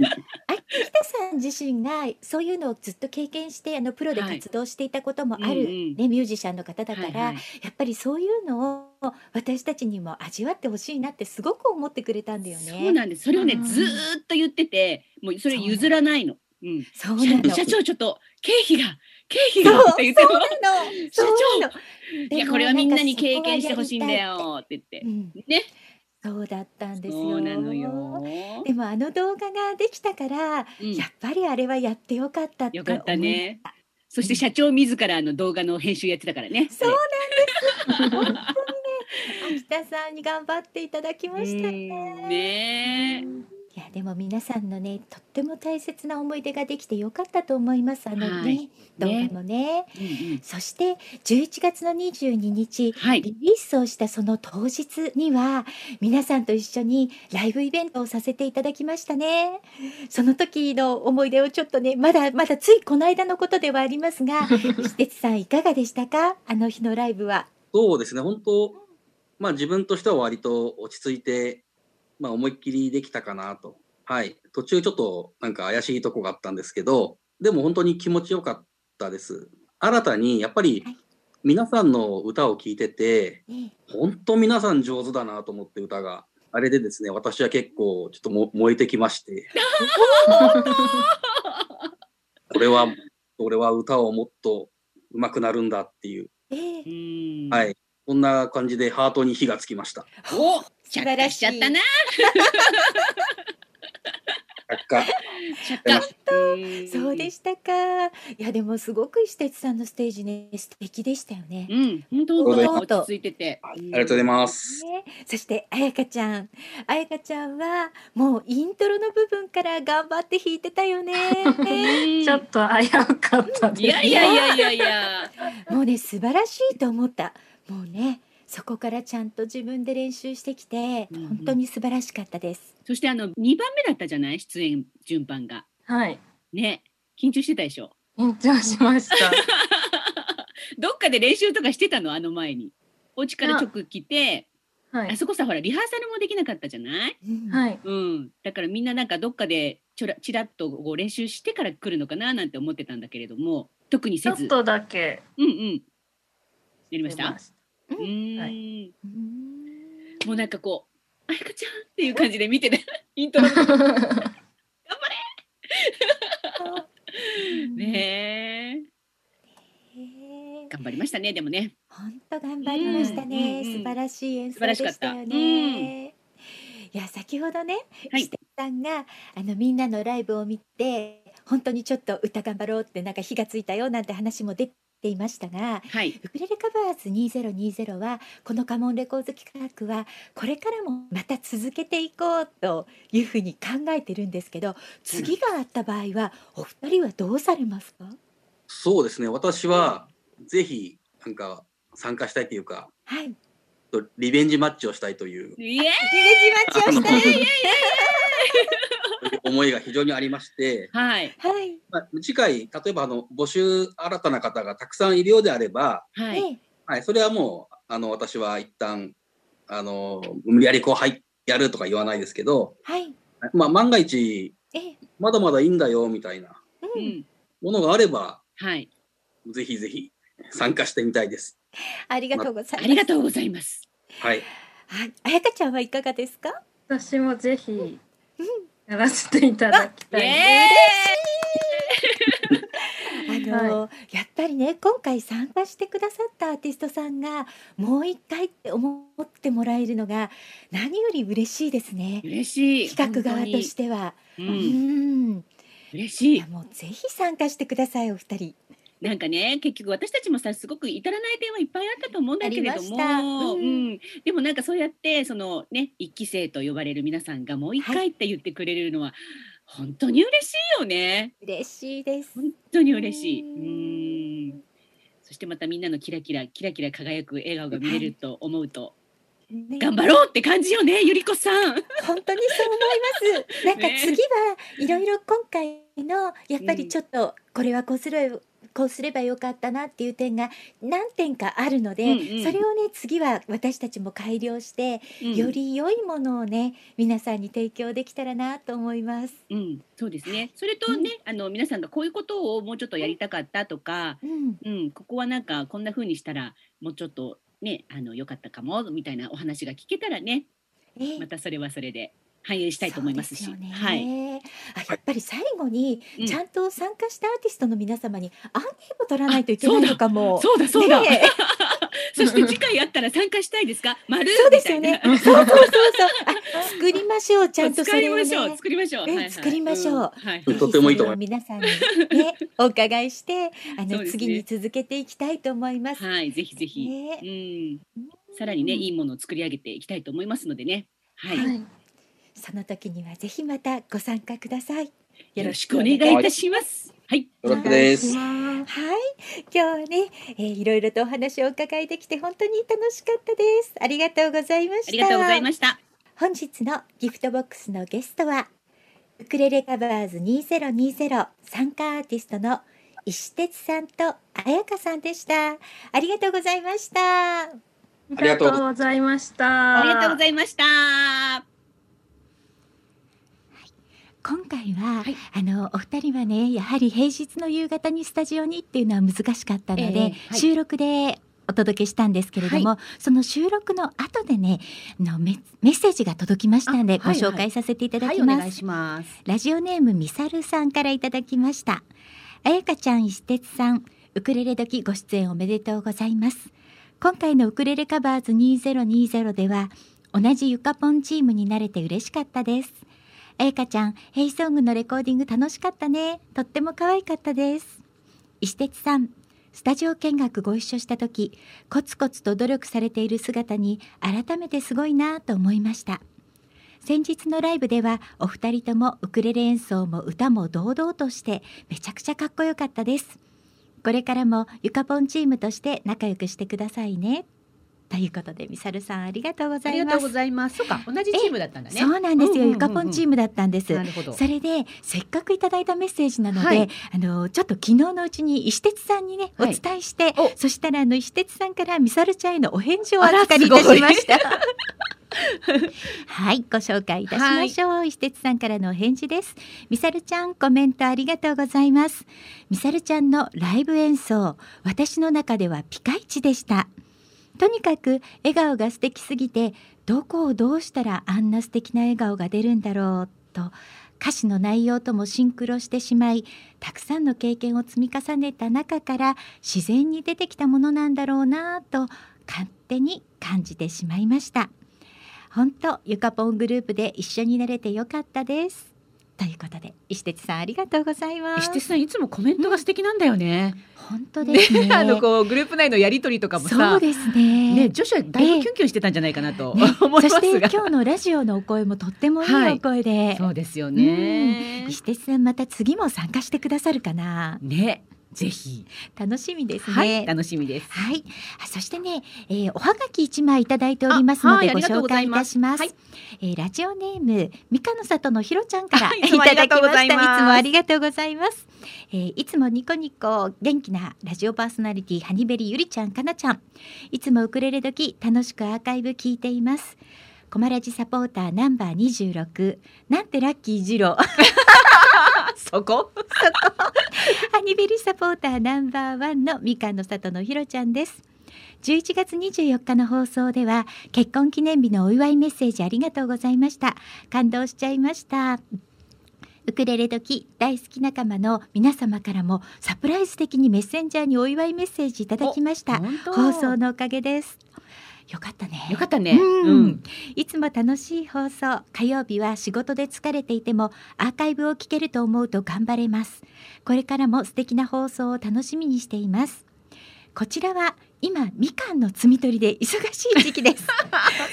A: 田さん自身がそういうのをずっと経験してあのプロで
C: はい
A: 活動していたこともある、
C: うんうん
A: ね、ミュージシャンの方だから、
C: はいはい
A: やっぱりそういうのを私たちにも味わってほしいなってすごく思ってくれたんだよね。
C: そうなんです。それをね、
D: うん
C: ずーっと言ってて、もうそれ譲らないの。うん。
A: そうなの。
C: 社長ちょっと経費が経費がって言っても、
A: そ
C: 社
A: う
C: 長
A: なの。
C: いやこれはみんなに経験してほしいんだよって言って
A: う。ん。
C: ね。
A: そうだったんですよ。
C: そうなのよ。
A: でもあの動画ができたから、
C: うん
A: やっぱりあれはやってよかったって
C: よ
A: 思う
C: かったね。そして社長自らあの動画の編集やってたからね。
A: そう 秋田さんに頑張っていただきました
C: う
A: ね。
C: んねえ。
A: いやでも皆さんのねとっても大切な思い出ができてよかったと思いますあのね、
C: はい
A: 動
C: ね
A: 画もね
C: うんうん
A: そして11月の22日
C: は
A: リ
C: い。
A: リースをしたその当日には皆さんと一緒にライブイベントをさせていただきましたねその時の思い出をちょっとねまだまだついこの間のことではあります が石鉄さんいかがでしたかあの日のライブは
E: そうですね、本当、まあ、自分としては割と落ち着いて、まあ、思いっきりできたかなと、はい、途中ちょっとなんか怪しいとこがあったんですけど、でも本当に気持ちよかったです。新たにやっぱり
A: はい
E: 皆さんの歌を聴いてて、
A: ね
E: 本当皆さん上手だなと思って歌が。あれでですね、私は結構ちょっとも燃えてきま して。俺は、俺は歌をもっと上手くなるんだっていう。
A: ええ
C: う
A: え
C: ん
E: はい。こんな感じでハートに火がつきました。
C: お、
A: 素
C: 着
A: 晴ら
C: 火
A: しい
C: しちゃったな。
E: 落下。
C: 着
E: や
C: 火
E: りま。
A: そうで
C: し
A: したかいやでもすごく石鉄さんのステージね素敵でしたよね
C: た。うん、本当
E: そうです
C: 落ち着いてて。
E: ありがとうございます。
A: ね、そしてあやかちゃんあやかちゃんはもうイントロの部分から頑張って弾いてたよ ね
C: うん
D: ちょっと危うかったです。
C: いやいやいやいやいや。
A: もうね素晴らしいと思ったもうねそこからちゃんと自分で練習してきて
C: うんうん
A: 本当に素晴らしかったです、
C: そしてあの二番目だったじゃない出演順番が
D: はい。
C: ね緊張してたでしょ。
D: 緊張しました。
C: どっかで練習とかしてたのあの前に。お家から直来て、
D: は
C: あ
D: い。
C: そこさほらリハーサルもできなかったじゃない。
A: うん
D: はい。
C: うん。だからみんななんかどっかでちょらちらっとこう練習してから来るのかななんて思ってたんだけれども特に
D: ち
C: せ
D: ょっ
C: ず。
D: とだけ
C: うんうん。やりま
D: 出
C: した。
D: まし
C: うーん、
D: は
A: うん
C: もうなんかこう、あやかちゃんっていう感じで見てて、 イントロの。
D: た。
C: ねえ
A: へえ
C: 頑張りましたね、でもね。
A: 本当頑張りましたね、
C: うんうんうん
A: 素晴らしい演奏
C: 素晴
A: で
C: らしかっ
A: したたよね、いや先ほどね、
C: はい
A: 石田さんがあのみんなのライブを見て
G: 本当にちょっと歌頑張ろうってなんか火がついたよなんて話も出ていましたが
C: はい。
G: ウクレレカバーズ2020はこのカモンレコーズ企画はこれからもまた続けていこうというふうに考えてるんですけど次があった場合はお二人はどうされますか
E: そうですね。私は、ぜひ、なんか、参加したいというか、
G: はいリ
E: とリベンジマッチをしたいという
C: い
G: ベンジ
C: え、
G: マッチをしたい
E: 思いが非常にありまして、
C: はい。
G: はい、
E: まあ、次回、例えば、あの、募集新たな方がたくさんいるようであれば、
C: はい。
G: ね
E: はい、それはもう、あの、私は一旦、あの、無理やりこう、はい、やるとか言わないですけど、
G: はい
E: まあ、万が一、
G: ええ
E: まだまだいいんだよ、みたいな
G: う
C: うんん。
E: ものがあれば、
C: はい。
E: ぜひぜひ参加してみたいです。
G: ありがとうございます
C: ありがとうございます。
E: はい。
G: はい、あやかちゃんはいかがですか
D: 私もぜひやらせていただきたい です。
C: え
G: あの、やっぱりね今回参加してくださったアーティストさんがもう一回って思ってもらえるのが何より嬉しいですね
C: ー、嬉しい。。
G: 企画側としてては。
C: う。
G: うんん、
C: 嬉し
G: い
C: い
G: や。もうぜひ参加してくださいお二人。
C: なんかね結局私たちもさすごく至らない点はいっぱいあったと思うんだけれども、
G: ありましたう
C: うんんでもなんかそうやってそのね一期生と呼ばれる皆さんがもう一
G: は
C: 回って言ってくれるのは、本当に嬉しいよね
G: 嬉しいです。
C: 本当に嬉しい。
G: うん
C: うんそしてまたみんなのキラキラキラキラ輝く笑顔が見れると思うと、
G: ね
C: 頑張ろうって感じよねゆりこさん。
G: 本当にそう思います。なんか
C: ね
G: 次はいろいろ今回のやっぱりちょっとこれはこうするこうすればよかったなっていう点が何点かあるので、
C: うんうん
G: それをね次は私たちも改良して、より良いものをね皆さんに提供できたらなと思います。
C: うん、そうですね。それとね、あの皆さんがこういうことをもうちょっとやりたかったとか、
G: うん、
C: うん、ここはなんかこんな風にしたらもうちょっとねあの良かったかもみたいなお話が聞けたらね
G: え
C: またそれはそれで反映したいと思いますし
G: そうでよね
C: はい、
G: あやっぱり最後に
C: うん
G: ちゃんと参加したアーティストの皆様にアンケート取らないといけないのかも。
C: そうだそうだ、
G: ねえ
C: そして次回やったら参加したいですか丸
G: そうですよ
C: み
G: ね。
C: たい
G: そう
C: な
G: そうそうそう。あ、作りましょう。ちゃんとそ
C: 作り
G: れを
C: ま
G: ね。
C: しょう作りましょう、
G: ね
C: はいはい
G: 作りましょうん
C: はい
E: とってもいいと思い
G: ぜひそれを皆さんにね、お伺いして、あ
C: そ
G: の、
C: うですね
G: 次に続けていきたいと思います。
C: はいぜひぜひ、
G: ね
C: うんさらにねいいものを作り上げていきたいと思いますのでねはい、
G: は
D: はい
G: その時にはぜひまたご参加ください。
C: よろしくお願いいたしますはい、
E: よろしくです。
G: はい、今日はね、えー、いろいろとお話をお伺いできて本当に楽しかったです。ありがとうございました。
C: ありがとうございました
G: 本日のギフトボックスのゲストはウクレレカバーズ2020参加アーティストの石鉄さんと彩香さんでしたありがとうございました
E: ありがとう
D: ありがとうございました。
C: ありがとうございました。
A: 今回は、
C: はい
A: あのお二人はねやはり平日の夕方にスタジオにっていうのは難しかったので、
C: ええはい
A: 収録でお届けしたんですけれども、その収録の後でねあのメメッセージが届きましたので、
C: あはい
A: ご紹介させていただ
H: は
A: き
H: い、
A: ま
H: お
A: す、
H: 願いします。
A: ラジオネームみさるさんからいただきました。あやかちゃん、石鉄さん、ウクレレ時ご出演おめでとうございます。今回のウクレレカバーズ2020では、同じゆかぽんチームになれて嬉しかったです。あやかちゃん、ヘイソングのレコーディング楽しかったね。とっても可愛かったです。石鉄さん、スタジオ見学ご一緒した時、コツコツと努力されている姿に改めてすごいなぁと思いました。先日のライブではお二人ともウクレレ演奏も歌も堂々としてめちゃくちゃかっこよかったですこれからもゆかぽんチームとして仲良くしてくださいねということでみさるさんありがとうご
H: あ
A: ざ
H: り
A: い
H: が
A: ま
H: と
A: す
H: うございます。そうか、同じチームだったんだね。
A: そうなんですよ、
H: うんうんうんうん
A: ゆかぽんチームだったんです
H: なるほど。
A: それでせっかくいただいたメッセージなので、
H: はい
A: あのちょっと昨日のうちに石鉄さんにね、
H: はい
A: お伝えして
H: お
A: そしたらあの石鉄さんからみさるちゃんへのお返事をお預かりいたしました。 はいご紹介いたしましょう、石鉄さんからのお返事ですみさるちゃんコメントありがとうございますみさるちゃんのライブ演奏私の中ではピカイチでしたとにかく笑顔が素敵すぎてどこをどうしたらあんな素敵な笑顔が出るんだろうと歌詞の内容ともシンクロしてしまいたくさんの経験を積み重ねた中から自然に出てきたものなんだろうなぁと勝手に感じてしまいました本当ゆかぽんグループで一緒になれてよかったですということで石鉄さんありがとうございま
C: 石
A: す
C: 手さんいつもコメントが素敵なんだよね。
A: 本当ですね
C: あのこうグループ内のやりとりとかも
A: そ
C: さ
A: う、ですね
C: ね女子はだいぶキュンキュンしてたんじゃないかなと
A: ね
C: 思い
A: そ
C: ま
A: し
C: す
A: て
C: が。
A: 今日のラジオのお声もとってもい
C: はいい
A: お声で、
C: そうですよね。
A: 石鉄さんまた次も参加してくださるかな
C: ね、ぜひ、
A: 楽しみですね、
C: はい、楽しみです。
A: はい、あそしてね、えー、おはがき一枚いただいておりますので
C: あ
A: ご
C: はい
A: 紹介いたします。
C: ありがと
A: えーラジオネームみかの里のひろちゃんから、、
C: はいい
A: た
C: い
A: だ
C: つ
A: きま
C: もありがとうご
A: した。いつ
C: ざいます
A: もありがとうございます。えーいつもニコニコ元気なラジオパーソナリティハニベリゆりちゃんかなちゃん。いつもウクレレ時楽しくアーカイブ聞いています。コマラジサポーターナンバー26なんてラッキージ ロー
C: あ、そこ。
A: ハニベリサポーターナンバーワンのみかんの里のひろちゃんです11月24日の放送では結婚記念日のお祝いメッセージありがとうございました感動しちゃいましたウクレレ時大好き仲間の皆様からもサプライズ的にメッセンジャーにお祝いメッセージいただきました
C: 本当
A: 放送のおかげですよかったね
C: よかったね。
A: う
C: うんん。
A: いつも楽しい放送火曜日は仕事で疲れていてもアーカイブを聞けると思うと頑張れますこれからも素敵な放送を楽しみにしていますこちらは今みかんの摘み取りで忙しい時期 です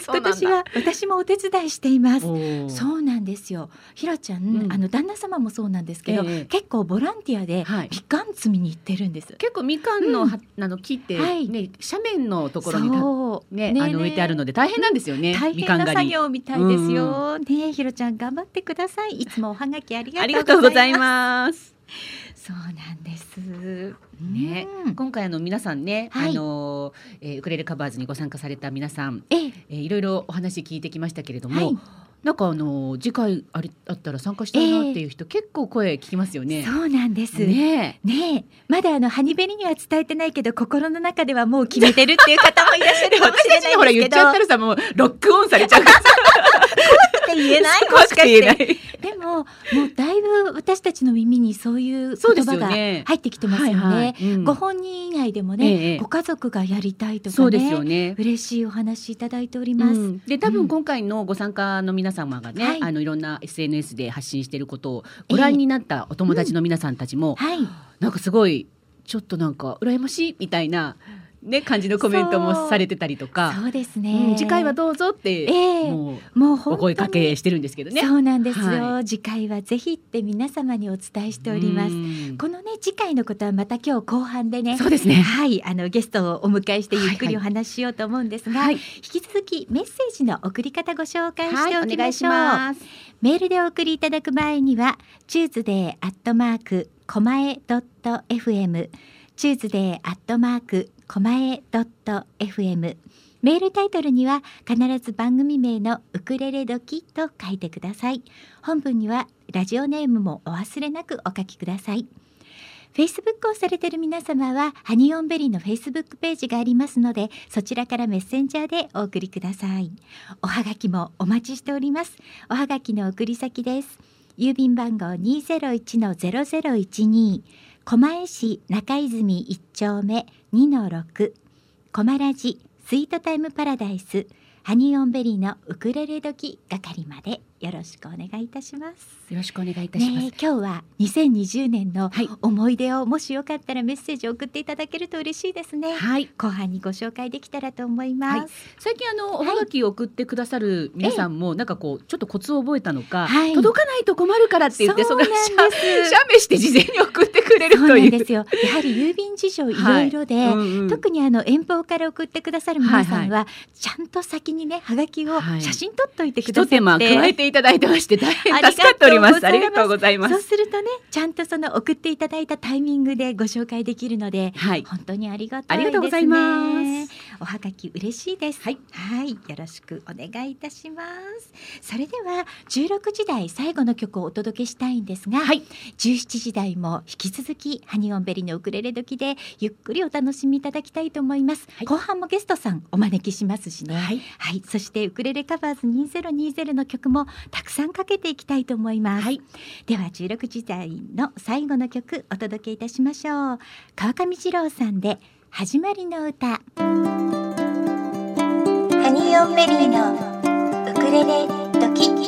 A: 今年は私もお手伝いしています
C: う
A: そうなんですよひらちゃん、
C: うん
A: あの旦那様もそうなんですけど、
C: ええ
A: 結構ボランティアで
C: はい
A: みかん摘みに行ってるんです
C: 結構みかん
A: う
C: の、
A: ん
C: はあの木って、
A: はい
C: ね、斜面のところにた。
A: そう
C: ね、
A: ね
C: あの植えてあるので、大変なんですよね。
A: 大
C: み
A: 変
C: かん
A: な作
C: 狩り。
A: 業みたいですよ、ねえひろちゃん頑張ってくださいいつもおはがきあり
C: あり
A: が
C: が
A: と
C: と
A: う
C: う
A: ご
C: ご
A: ざ
C: ざ
A: い
C: い
A: ます
C: ます。
A: そうなんです
C: ね
A: うん
C: 今回あの皆さんね、
A: はい
C: あのえーウクレレカバーズにご参加された皆さん、
A: ええ
C: えーいろいろお話聞いてきましたけれども、
A: はい
C: なんかあの次回ありあったら参加したいなっていう人、結構声聞きますよね。
A: そうなんですね
C: ね
A: えまだあのハニベリには伝えてないけど心の中ではもう決めてるっていう方もいらっしゃるかもし れ
C: 私たちにほ
A: な
C: ら
A: いですけ
C: 言っち
A: ど
C: ゃったらさもうロックオンされちゃ うから
A: って言えないも
C: 怖
A: し
C: く
A: かし
C: て言えな
A: て
C: い。
A: でももうだいぶ私たちの耳にそういう
C: そうで
A: 言
C: す
A: 葉
C: よ
A: が入
C: ね。
A: ってきてますよね
C: はいはいうん
A: ご本人以外でもね、
C: ええ
A: ご家族がやりたいと
C: そ
A: か
C: うです
A: ね
C: よね。
A: 嬉しいお話いただいております、
C: うんで多分今回のご参加の皆様がね、
A: はい
C: あのいろんな SNS で発信していることをご覧になったお友達の皆さんたちも、
A: はい
C: なんかすごいちょっとなんか羨ましいみたいな、ね、感じのコメント
A: そう
C: もされてたりとか、
A: そうですね、
C: うん次回はどうぞって、
A: ええ
C: も
A: もう
C: う
A: 本当に
C: お声かけしてるんですけどね。
A: そうなんですよ、
C: は
A: 次回はぜひって皆様にお伝えしております
C: うん
A: このね次回のことはまた今日後半でね
C: そうですね。
A: はいあのゲストをお迎えしてゆっく
C: はい
A: り
C: は
A: お話ししようと思うんですが、
C: はい
A: 引き続きメッセージの送り方ご紹介してお
C: はい
A: き
C: お願
A: ま
C: いし
A: しょう、
C: ます。
A: メールでお送りいただく場合には、チューズデーアットマークコマエドット FM、チューズデーアットマークコマエドット FM。メールタイトルには必ず番組名のウクレレ時と書いてください。本文にはラジオネームもお忘れなくお書きください。Facebook をされている皆様はハニーオンベリーの Facebook ページがありますのでそちらからメッセンジャーでお送りくださいおはがきもお待ちしておりますおはがきの送り先です。郵便番号二ゼロ一のゼロゼロ一二、狛江市中泉一丁目二の六。狛ラジスイートタイムパラダイス、ハニーオンベリーのウクレレ時係までよろしくお願いいたします。
C: よろしくお願いいたします。
A: ねえ、今日は2020年の
C: はい
A: 思い出をもしよかったらメッセージを送っていただけると嬉しいですね。
C: はい、
A: 後半にご紹介できたらと思います。
C: 最近あの
A: は
C: お
A: い
C: はがきを送ってくださる皆さんも、なんかこうちょっとコツを覚えたのか、
A: はい
C: 届かないと困るからって言って
A: そ
C: そうの
A: なん
C: 写
A: です
C: メして事前に送ってくれる
A: そう
C: と
A: ないん
C: う。
A: ですよ。やはり郵便事情いろいろで、
C: うんうん
A: 特にあの遠方から送ってくださる皆さ
C: は
A: ん
C: い
A: はちゃんと先にねはがきを
C: はい
A: 写真撮っといてく
C: ひ
A: ださ
C: と
A: って、
C: 手間加えていただいてまして大変
A: ありがとう
C: 助かっております。
A: ございま
C: あ
A: す
C: りがとうございま
A: そう
C: す。
A: するとねちゃんとその送っていただいたタイミングでご紹介できるので
C: はい、
A: 本当にありがた
C: あ
A: いで
C: り
A: すね
C: がとうございます。
A: おはがき嬉しいですはい、よろしくお願いいたしますそれでは16時台最後の曲をお届けしたいんですが、
C: はい
A: 17時台も引き続きハニオンベリーのウクレレ時でゆっくりお楽しみいただきたいと思います、後半もゲストさんお招きしますしねはい、そしてウクレレカバーズ2020の曲もたくさんかけていきたいと思います、
C: はい
A: では16時台の最後の曲お届けいたしましょう川上二郎さんで始まりの歌
I: ハニーオンベリーのウクレレドキ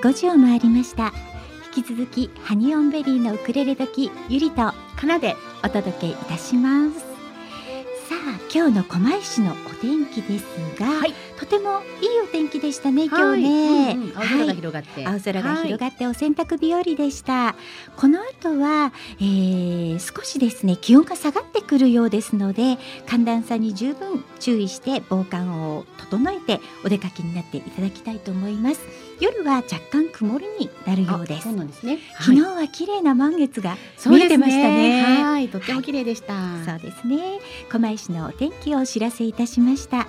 A: 5時を回りました引き続きハニオンベリーのウクレレ時ゆりとかなでお届けいたしますさあ今日の狛江市のお天気ですが、
C: はい
A: とてもいいお天気でしたね今
C: 今
A: 日
C: 日
A: ね、
C: ね、うんうん青空が広がって、
A: 青空が広
C: が
A: がってお洗濯日和でした、この後は、えー少しですね気温が下がってくるようですので寒暖差に十分注意して防寒を整えてお出かけになっていただきたいと思います夜は若干曇りになるようです
C: そうなんですね。
A: 昨日は綺麗な満月が
C: そう
A: 見え
C: で
A: て
C: す
A: ましたね
C: はい、とっても綺麗でした。
A: そうですね狛江市のお天気をお知らせいたしました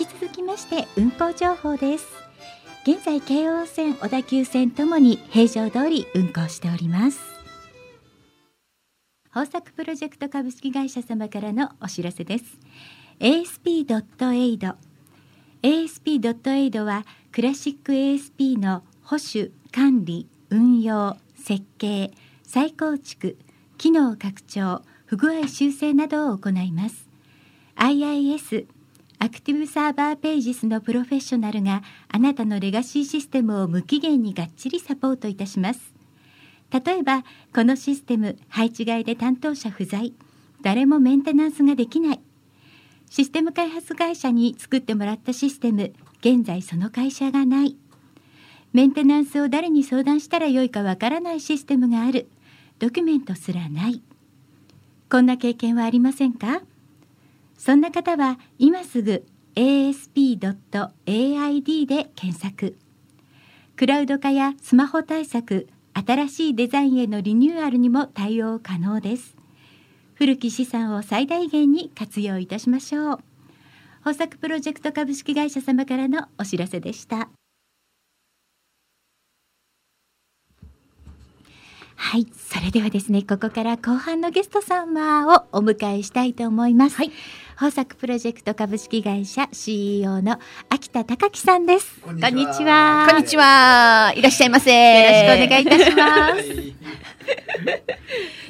A: 引き続きまして運行情報です現在京王線小田急線ともに平常通り運行しております豊作プロジェクト株式会社様からのお知らせです ASP.AID ASP.AID はクラシック ASP の保守管理運用設計再構築機能拡張不具合修正などを行います IIS アクティブサーバーページスのプロフェッショナルがあなたのレガシーシステムを無期限にがっちりサポートいたします例えばこのシステム配置外で担当者不在誰もメンテナンスができないシステム開発会社に作ってもらったシステム現在その会社がないメンテナンスを誰に相談したらよいかわからないシステムがあるドキュメントすらないこんな経験はありませんかそんな方は今すぐ asp.aid で検索クラウド化やスマホ対策新しいデザインへのリニューアルにも対応可能です古き資産を最大限に活用いたしましょう豊作プロジェクト株式会社様からのお知らせでしたはいそれではですねここから後半のゲスト様をお迎えしたいと思います、
C: はい
A: 豊作プロジェクト株式会社 CEO の秋田隆樹さんですこんにちは
C: こんにちは、いらっしゃいませ。よ
A: よろしくお願いいたします。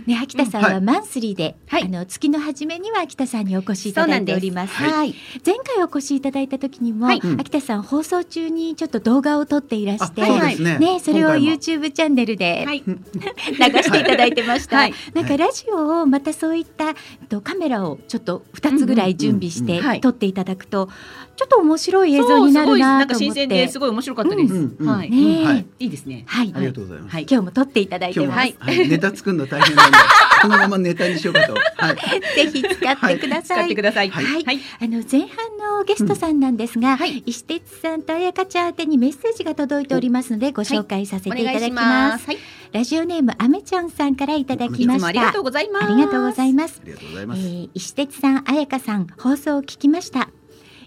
A: ね、秋田さん
J: うん
A: は
J: は
A: マンスリーで、
C: はい
A: あの月の初めには秋田さんにお越しいただいております。
C: そうなん
A: は
C: で
A: い、前回お越しいただいた時にも、
C: はい
J: うん
A: 秋田さん放送中にちょっと動画を撮っていらして。
J: あそうですね
A: ね、それを
J: 今回も
A: YouTube チャンネルで
C: はい
A: 流していただいてました。
C: はい
A: なんかラジオをまたそういったとカメラをちょっと二つぐらい準備し
J: うん
C: うんうんは
A: て
C: い
A: 撮っていただくとちょっと面白い映
C: そ
A: 像
C: う
A: に
C: す
A: な
C: ご
A: る
C: いな
A: なんと
C: か
A: 思
C: 新
A: って。
C: 鮮ですごい面白かったです。
J: うんうん
C: はい、
A: ねえ
J: はい
C: いいですね。
A: はい
J: ありがとうございます。
C: はい、
A: 今日も撮っていただい
J: 今
A: て
J: 日も、
A: ます。
J: はい、ネタ作るの大変なんで、このままネタにしようかと。はい。
A: ぜひ使ってくだ
C: 使
A: さ
C: っ
A: い
C: てく。ださい。
A: は
J: はいい
C: はい、
A: あの前半のゲストさんなんですが、
C: んはい
A: 石鉄さんと彩香ちゃん宛てにメッセージが届いておりますのでご紹介させ
C: お
A: ていた
C: 願
A: だき
C: いし
A: ま。
C: ますす。はい、
A: ラジオネームあめちゃんさんからいただき
C: い
A: ま
C: つ
A: した。
C: もありがとうございます。
A: ありがとうございます
J: あ。りがとうござい
A: え
J: ます。
A: ー、石鉄さん、彩香さん、放送を聞きました。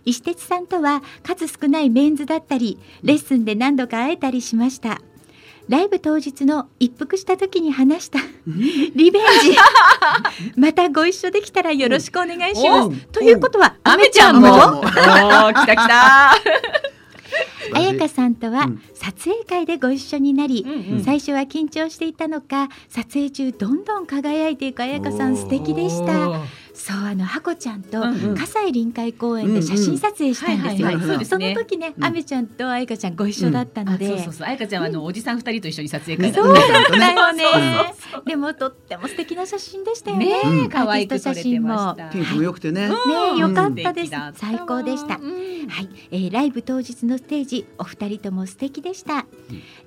A: 石鉄さんとは数少ないメンズだったり、レッスンで何度か会えたりしました。ライブ当日の一服した時に話したリベン ジ。またご一緒できたらよろしくお願いしま
J: おう
A: す。ということは、
C: おう
A: あめちゃん
J: あ
A: も
J: めちゃんも。
C: おー、来た来た。
A: 彩香さんとは
J: うん
A: 撮影会でご一緒になり、
C: うんうん
A: 最初は緊張していたのか撮影中どんどん輝いていく彩香さん
J: おー
A: 素敵でしたそうあのハコちゃんと
C: うん
J: うん
A: 葛西臨海公園で写真撮影したんですよ、
J: はいはいはいそう
C: です
A: そ
C: ね
A: の時ね
J: うん
A: あめちゃんと彩香ちゃんご一緒だったの
C: あ
A: で、
C: そうそうそう、あやかちゃんはあの、おじさん二人と一緒に撮影会
J: ね
C: だっ
A: そうだったよね
C: そうそう
A: でもとっても素敵な写真でした
C: た
A: よねね
J: う
C: ねえ、
J: ん
C: 可愛く撮れてました。
J: 天気も良くてね。
C: うん
A: 良かった
C: 素
A: で
C: 敵
A: す
C: だった
A: 最高でした
C: うん
A: はい、えーライブ当日のステージお二人とも素敵でした、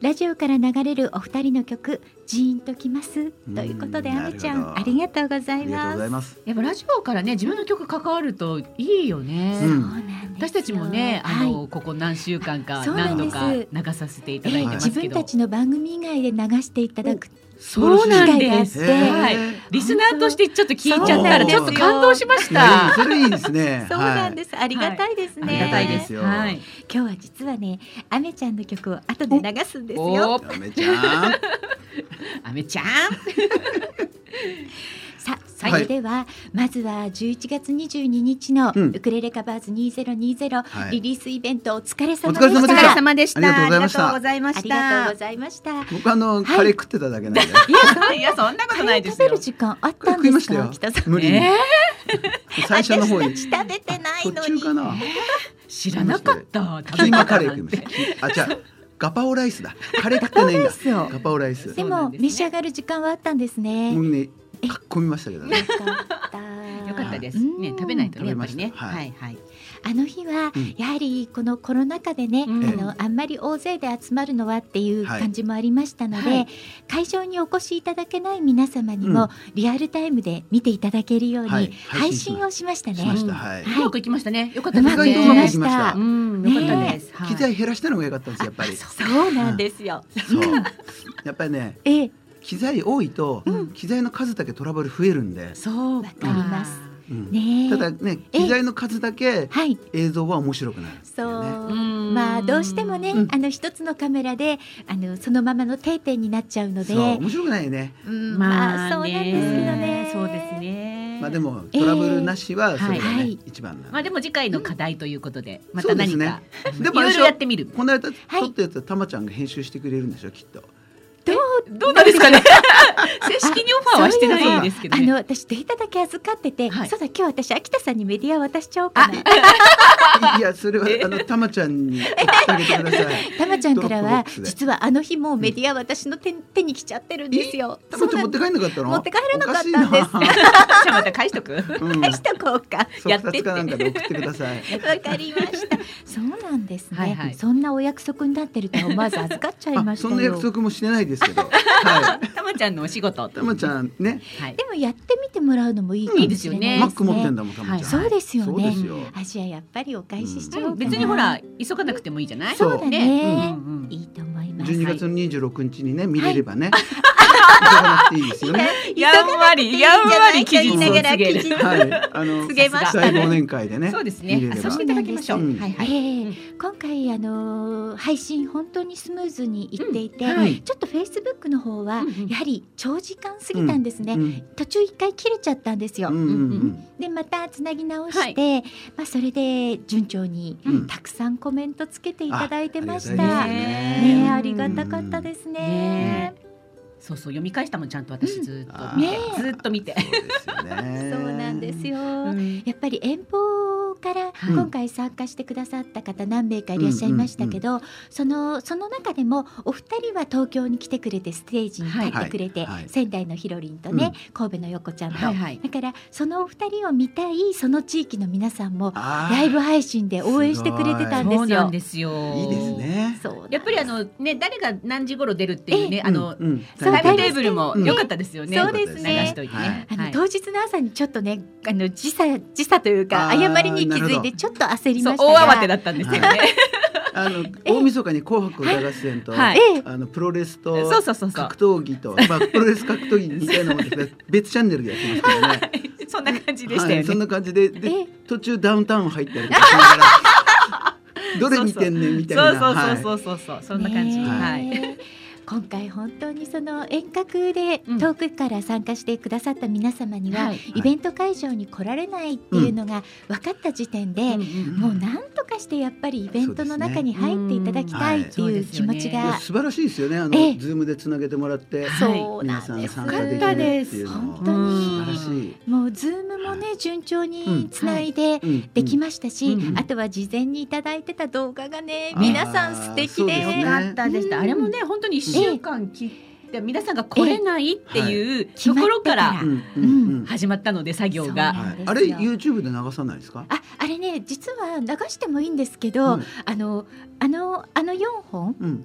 A: ラジオから流れるお二人の曲ジーンときます
J: うん
A: ということであ
J: なるほど
A: めちゃんありがとうござ
J: あ
A: い
J: りが
A: ます
J: とうございます。
C: やっぱラジオからね、自分の曲関わるといいよね。
J: うん
A: そうなんですよ
C: 私たちもね、あ
A: はい
C: の、ここ何週間か
A: そうな
C: 何
A: んで
C: 度
A: す
C: か流させていただ
A: え
C: い
A: ー
C: てま
A: 自
C: すけ
A: 分
C: ど
A: た。ちの番組以外で流していただく
C: そうなん
A: 機会があっ
C: で
A: て
C: す。
J: へ
C: はい
J: え
C: リスナーとしてちょっと聞いちゃったらちょっと感動しまし
J: いやいい
C: た。
J: それいいですね。。
A: そうなんですす、ありがたいですね、
J: はいありがたいですよ
C: はい。
A: 今日は実はねあめちゃんの曲を後で流すんですよ
C: おー、
J: あめちゃん。
C: あめちゃん。
A: さあそ
J: はい
A: れでは、まずは11月22日の
J: うん
A: ウクレレカバーズ2020、
J: はい
A: リリースイベントお疲れ様
J: お
A: でした
J: 疲れ様でし
C: お疲
J: た
C: れ様でした。
J: ありがとうございま
C: ざ
J: した
C: いま
A: ありがとうございました
J: 僕あの、カレー食ってただけなんで。
C: いや、いや、そんなことないで
A: 食
C: す
A: べ
C: よ
A: る。時間あっ
J: これ
A: たん
J: 食
A: で
J: いますした
A: か
J: よ
A: 秋田さ。ん
J: 無理に
C: え。
J: 最初の方に。
A: 私たち食べてないのに
J: 途中かな。
C: 知らなかった。
J: キーマカレー食いました。あ、じゃあ、ガパオライスだ。カレー食ってないんだ。
A: そう
J: ガパオライス。
A: で
F: そうな
A: も
F: んですね
A: 召し上がる時間はあったんですね。
J: もうね、
A: え
J: かっこみましたけどね。
A: よか った。
C: よかったです。
A: うん
C: ね、食べないとね、やっぱりね。
J: 食べました
C: は
J: はい
C: い、はい。
A: あの日は、
J: うん
A: やはりこのコロナ禍でね、
C: うん
A: あのあんまり大勢で集まるのはっていう感じもありましたので、
C: はい
A: 会場にお越しいただけない皆様にも、
J: うん
A: リアルタイムで見ていただけるように、
J: はい
A: 配信をしましたね。。
J: しました。はいう
A: ん
C: うまくいきましたね。よかったで
J: 意
C: す
J: 外と
A: う
J: うまくい
A: ま
C: ね。
J: きま
A: し
J: し
A: た
J: た
C: う。ん、よかったです。はい
J: 機材減らしたのが良かったんです、やっぱり。そ
A: そうなんですよ。
J: う。やっぱりね、
A: ええ、
J: 機材多いと、機材の数だけトラブル増えるんで。
C: そう
A: わかります。
J: うん
A: ねえ
J: ただね、
A: え
J: 機材の数だけ
A: はい、
J: 映像は面白くなるっていね。
A: そう。
C: うん
A: まあどうしてもね、
J: うん
A: あの一つのカメラであのそのままの定点になっちゃうので、
J: そう、面白くないよね。
A: うんま
C: ま
A: あ
C: あ、
A: そうなんですけどね。
C: そうです。ね。
J: まあで。もトラブルなしはそれが
A: は
J: ね
A: い
J: 一番なの。
C: まあでも次回の課題ということで、ま
J: そ
C: た
J: うで
C: 何
J: す
C: か
J: ね。
C: い
J: でもあ
C: ろい
J: れでし
C: ろやっ
J: ょ
C: てみる。
J: この間撮
A: はい
J: ったやつはたまちゃんが編集してくれるんでしょきっと。
C: どうなんですかね。 正式にオファーはしてないですけど
A: あ
C: ね。
A: の私データだけ預かってて、
C: はい
A: そうだ今日私秋田さんにメディア渡しちゃおうかな。
J: いやそれはあのたまちゃんに送ってあげてください。
A: たまちゃんから
J: ドロッ
A: は
J: プボックスで
A: 実はあの日もうメディア私の手,、手に来ちゃってるんですよ。
J: たまちゃん持ってて帰んなかったの？
A: 持って帰らなかったんです
J: おかしいな
C: じゃあまた返しとく。
J: うん。
A: 返しとこうか。やって
J: 速
A: って
J: 達かなんかで送ってください。
A: わかりました。そうなんですね。
C: はいはい
A: そんなお約束になってるとは思わず預かっちゃいま
J: あ
A: した
J: そ
A: よ。
J: んな約束もしてないですけど。はい。
C: たまちゃんのお仕事。
J: たまちゃんね、
C: はい。
A: でもやってみてもらうのもいいかも
C: いいです
A: し
C: よ
A: れ
C: ね
A: ない
J: マック持ってん
A: だ。
J: だもんたまちゃん。
A: そうですよね
J: そうですよ。
A: アジアやっぱりお返ししちゃおうかな。
C: 別にほら、急がなくてもいいじゃない。
A: そうだね
C: うんうん
A: いいと思います。
J: 12月の26日にね見れればね。行かなくていいです よね。
C: やんわり、やんわり記事
A: 言いながら記事
J: はい。あの
A: 告げましたね
J: 最忘年会でね。
C: そうです
J: 見
C: ね
J: れ。
C: あ
J: れ
C: そ
J: ば
C: うしていただきましょう。
J: うん
C: はいは
A: え
C: い。
A: え今回あのー配信本当にスムーズにいっていて、
C: うんはい
A: ちょっとフェイスブックの方は、
C: うんうん
A: やはり長時間過ぎたんですね、
J: うん
A: 途中一回切れちゃったんですよ、
J: うんうん
A: でまたつなぎ直して、まあそれで順調に
J: うんうん。
A: たくさんコメントつけていただいてまし
J: ああり
A: た
J: がたいです
A: ねえ
J: ね
A: ありがたかったですね
C: ねそうそう、読み返したもん、ちゃんと私ずっと
J: うん
C: 見
A: ね
C: て、ずっと見て。
J: そうですよね。
A: そうなんですよ、
C: うん
A: やっぱり遠方から
J: い
A: 今回参加してくださった方何名かいらっしゃいましたけど、そのその中でもお二人は東京に来てくれてステージに立ってくれて、
J: はいはいはい
A: 仙台のひろりんとね、神戸の横ちゃんと、
C: はいはい。
A: だからそのお二人を見たいその地域の皆さんも
J: あー
A: ライブ配信で応援してくれてたんですよ。
C: そうなんですよ。
J: いいです。ね。
A: そうなんです
C: やっぱりあのね誰が何時頃出るっていうねあの
J: うんうん
A: そう
C: タイ
A: だ
C: ム
A: ね
C: テーブルも良かったですよね。
A: そうですね
C: 流しといてね。
A: あの、
C: はい
A: 当日の朝にちょっとねあの時差時差というか
J: あー
A: 誤りに気づい
J: なる
A: て
J: ほど
A: ちょっと焦り
C: そ
A: ま
C: う
A: した
C: 大
A: が
C: 慌てだったんですよね。
J: あの大晦日に紅白歌合戦と、
C: はい
A: ええ
J: あのプロレスと
C: そうそうそうそう
J: 格。闘技と、まあプロレス格闘技みたいなもんですが別チャンネルでやってますからね。
C: そんな感じでしたよ
J: はい、そん
C: ね。
J: な感じで
A: ええ
J: で途中ダウンタウン入ったりとかしなが らどれ見てんねんみたい
C: そうそ
J: な
C: う
J: は
C: そう
J: い
C: そうそうそうそんな感じ。
A: ね
C: は
A: え
C: い。
A: 今回本当にその遠隔で
C: うん
A: 遠くから参加してくださった皆様には、
C: はい
A: イベント会場に来られないっていうのが分かった時点で、
C: うん
A: もうなんとかしてやっぱりイベントの中に入っていただきたいって
C: そう
A: い
C: で
A: う
C: すね
A: 気持ち
J: いや
A: が、
J: 素晴らしいですよねあの、
A: ええ
J: ズームでつなげてもらって
C: はい
A: そう
J: 皆
A: な
J: さ
A: ん
J: ん
A: です。
J: 参加できるっていうの
A: 本
J: も
A: 当
J: 素晴ら
A: に
J: しい、
A: もうズームもね順調につないで
J: うん、
A: できましたし、
C: うん
J: うん
A: あとは事前にいただいてた動画がね
J: あー
A: 皆さん素敵
J: そうです
A: で
J: ね
C: あったでした。あれもね本当に一週間切って皆さんが来れないっていうとこ
A: 決ま
C: ろか
A: ってから
J: うんうんうん
C: 始まったので作業
A: そう
C: が。
J: はい
A: そうな
J: あ
A: ん
J: れ
A: ですよ
J: YouTube で流さないですか
A: あ、あれね、実は流してもいいんですけど、
J: うん
A: あの、あの、あの四本。
J: うん、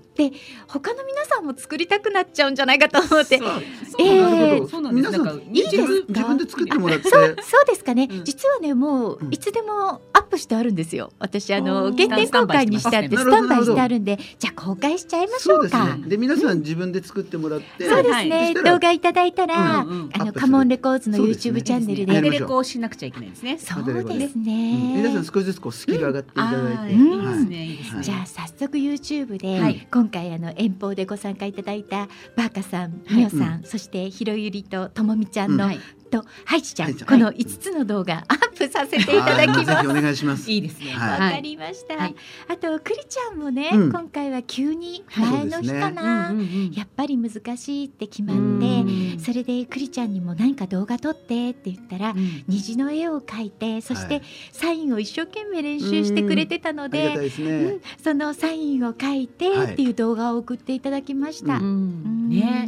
A: 他の皆さんも作りたくなっちゃうんじゃないかと思って。
C: そうなるほど
J: えー
C: そうなんです。なんか
A: いいですか
J: 自分自分で作ってもらって
A: そう、そうですかね、
C: うん
A: 実はね、もう
J: うん
A: いつでもアップしてあるるんですよ。私、あの、
C: おー
A: 限定公開にしてあって、
J: ス
A: スタ
J: タ
A: ン
J: ン
A: バ
J: バ
A: イ
J: イしてますね
A: してあるんで。じゃ、あ公開しちゃいまし
J: そ
A: ょ
J: う
A: う
J: です
A: か
J: ね。で皆さん自分で作ってもらって、
A: そうです
C: は
A: ね、
J: そしたら
A: 動画いただいたら、
C: うんうん
A: あ
J: アッ
A: の
J: プする
A: カモンレコーズの
J: そうですね
A: YouTube チャンネル
J: や
A: で。
C: テ
J: りまし
C: レ
J: ょう
C: コをしなくちゃいけないんですね。
A: そ
J: またや
A: う
J: ればいい
A: です
J: うん皆さん
A: ね。
J: 少しずつこう隙が上がっていただいて、
A: うん
J: は
A: あー
J: い
A: うん
C: ねいいです
J: は
C: ね。
J: い
A: じゃあ早速 YouTube で、
C: はい
A: 今回あの遠方でご参加いただいたバーカさん、ミオさん、
J: はいう
A: そししてひろゆりとともみちゃんの、
J: うん
C: はい
A: とはいちゃん、
J: はいちゃん
A: この五つの動画アップさせていただき
J: あー
A: ます。
J: ぜひお願いします。
C: いいですね。
J: は
A: わ
J: い
A: かりました。
C: はい
A: あとくりちゃんもね、
J: うん
A: 今回は急に前の日かな、
C: うんうんうん
A: やっぱり難しいって決ま
C: う
A: っ
C: ん
A: て、それでくりちゃんにも何か動画撮ってって言ったら。
C: うん
A: 虹の絵を描いてそし
J: は
A: て
J: い
A: サインを一生懸命練習してくれてたの
J: ありがた
A: で、
J: いです
A: う
J: ね
A: ん。、そのサインを描いて
J: はい
A: っていう動画を送っていただきました。
J: う
A: うん
C: ね、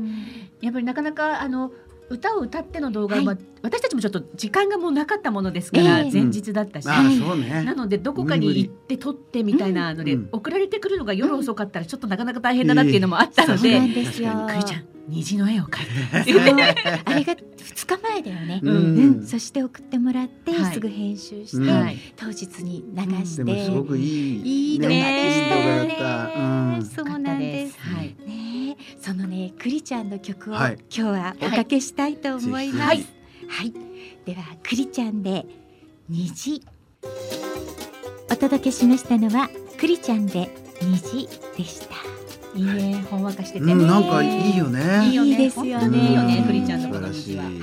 C: やっぱりなかなかあの歌を歌っての動画は、
A: は
C: 私たちもちょっと時間がもうなかったものですから、
A: ええ
C: 前日だったし、
J: まあそうね
C: な。のでどこか
J: 無
C: に
J: 理無
C: 行
J: 理
C: って撮ってみたいなので、
J: うん
C: 送られてくるのが夜遅かったらちょっとなかなか大変だなっていうのもあったの
A: そう
C: で、
A: な
C: く
A: んですよ。
C: りちゃん虹の絵を描いて
A: あれが2日前だよね。
J: う
A: うん
J: ん。
A: そして送ってもらって、
C: はい
A: すぐ編集して、
J: うん
C: はい
A: 当日に流して、
J: でもすごくいい
A: いい動画でしたよ
J: 動画だったう
A: ね。
J: ん
A: そうなんです。
C: はい、
A: ねえ、そのね、クリちゃんの曲を、
J: はい
A: 今日はおかけしたいと思います。は
J: はいい、
A: ではクリちゃんで虹。お届けしましたのはクリちゃんで虹でした。
C: いいね、ほんわかしてて、
J: うんなんかいいよ
C: いい
J: ね。
C: よね
A: いいですよ
C: 本当に
A: ね。
C: いいよね
A: うん
C: クリちゃんのこ
J: 素
C: と
J: 晴ら
C: で
J: しい
C: す。わ
A: はい。い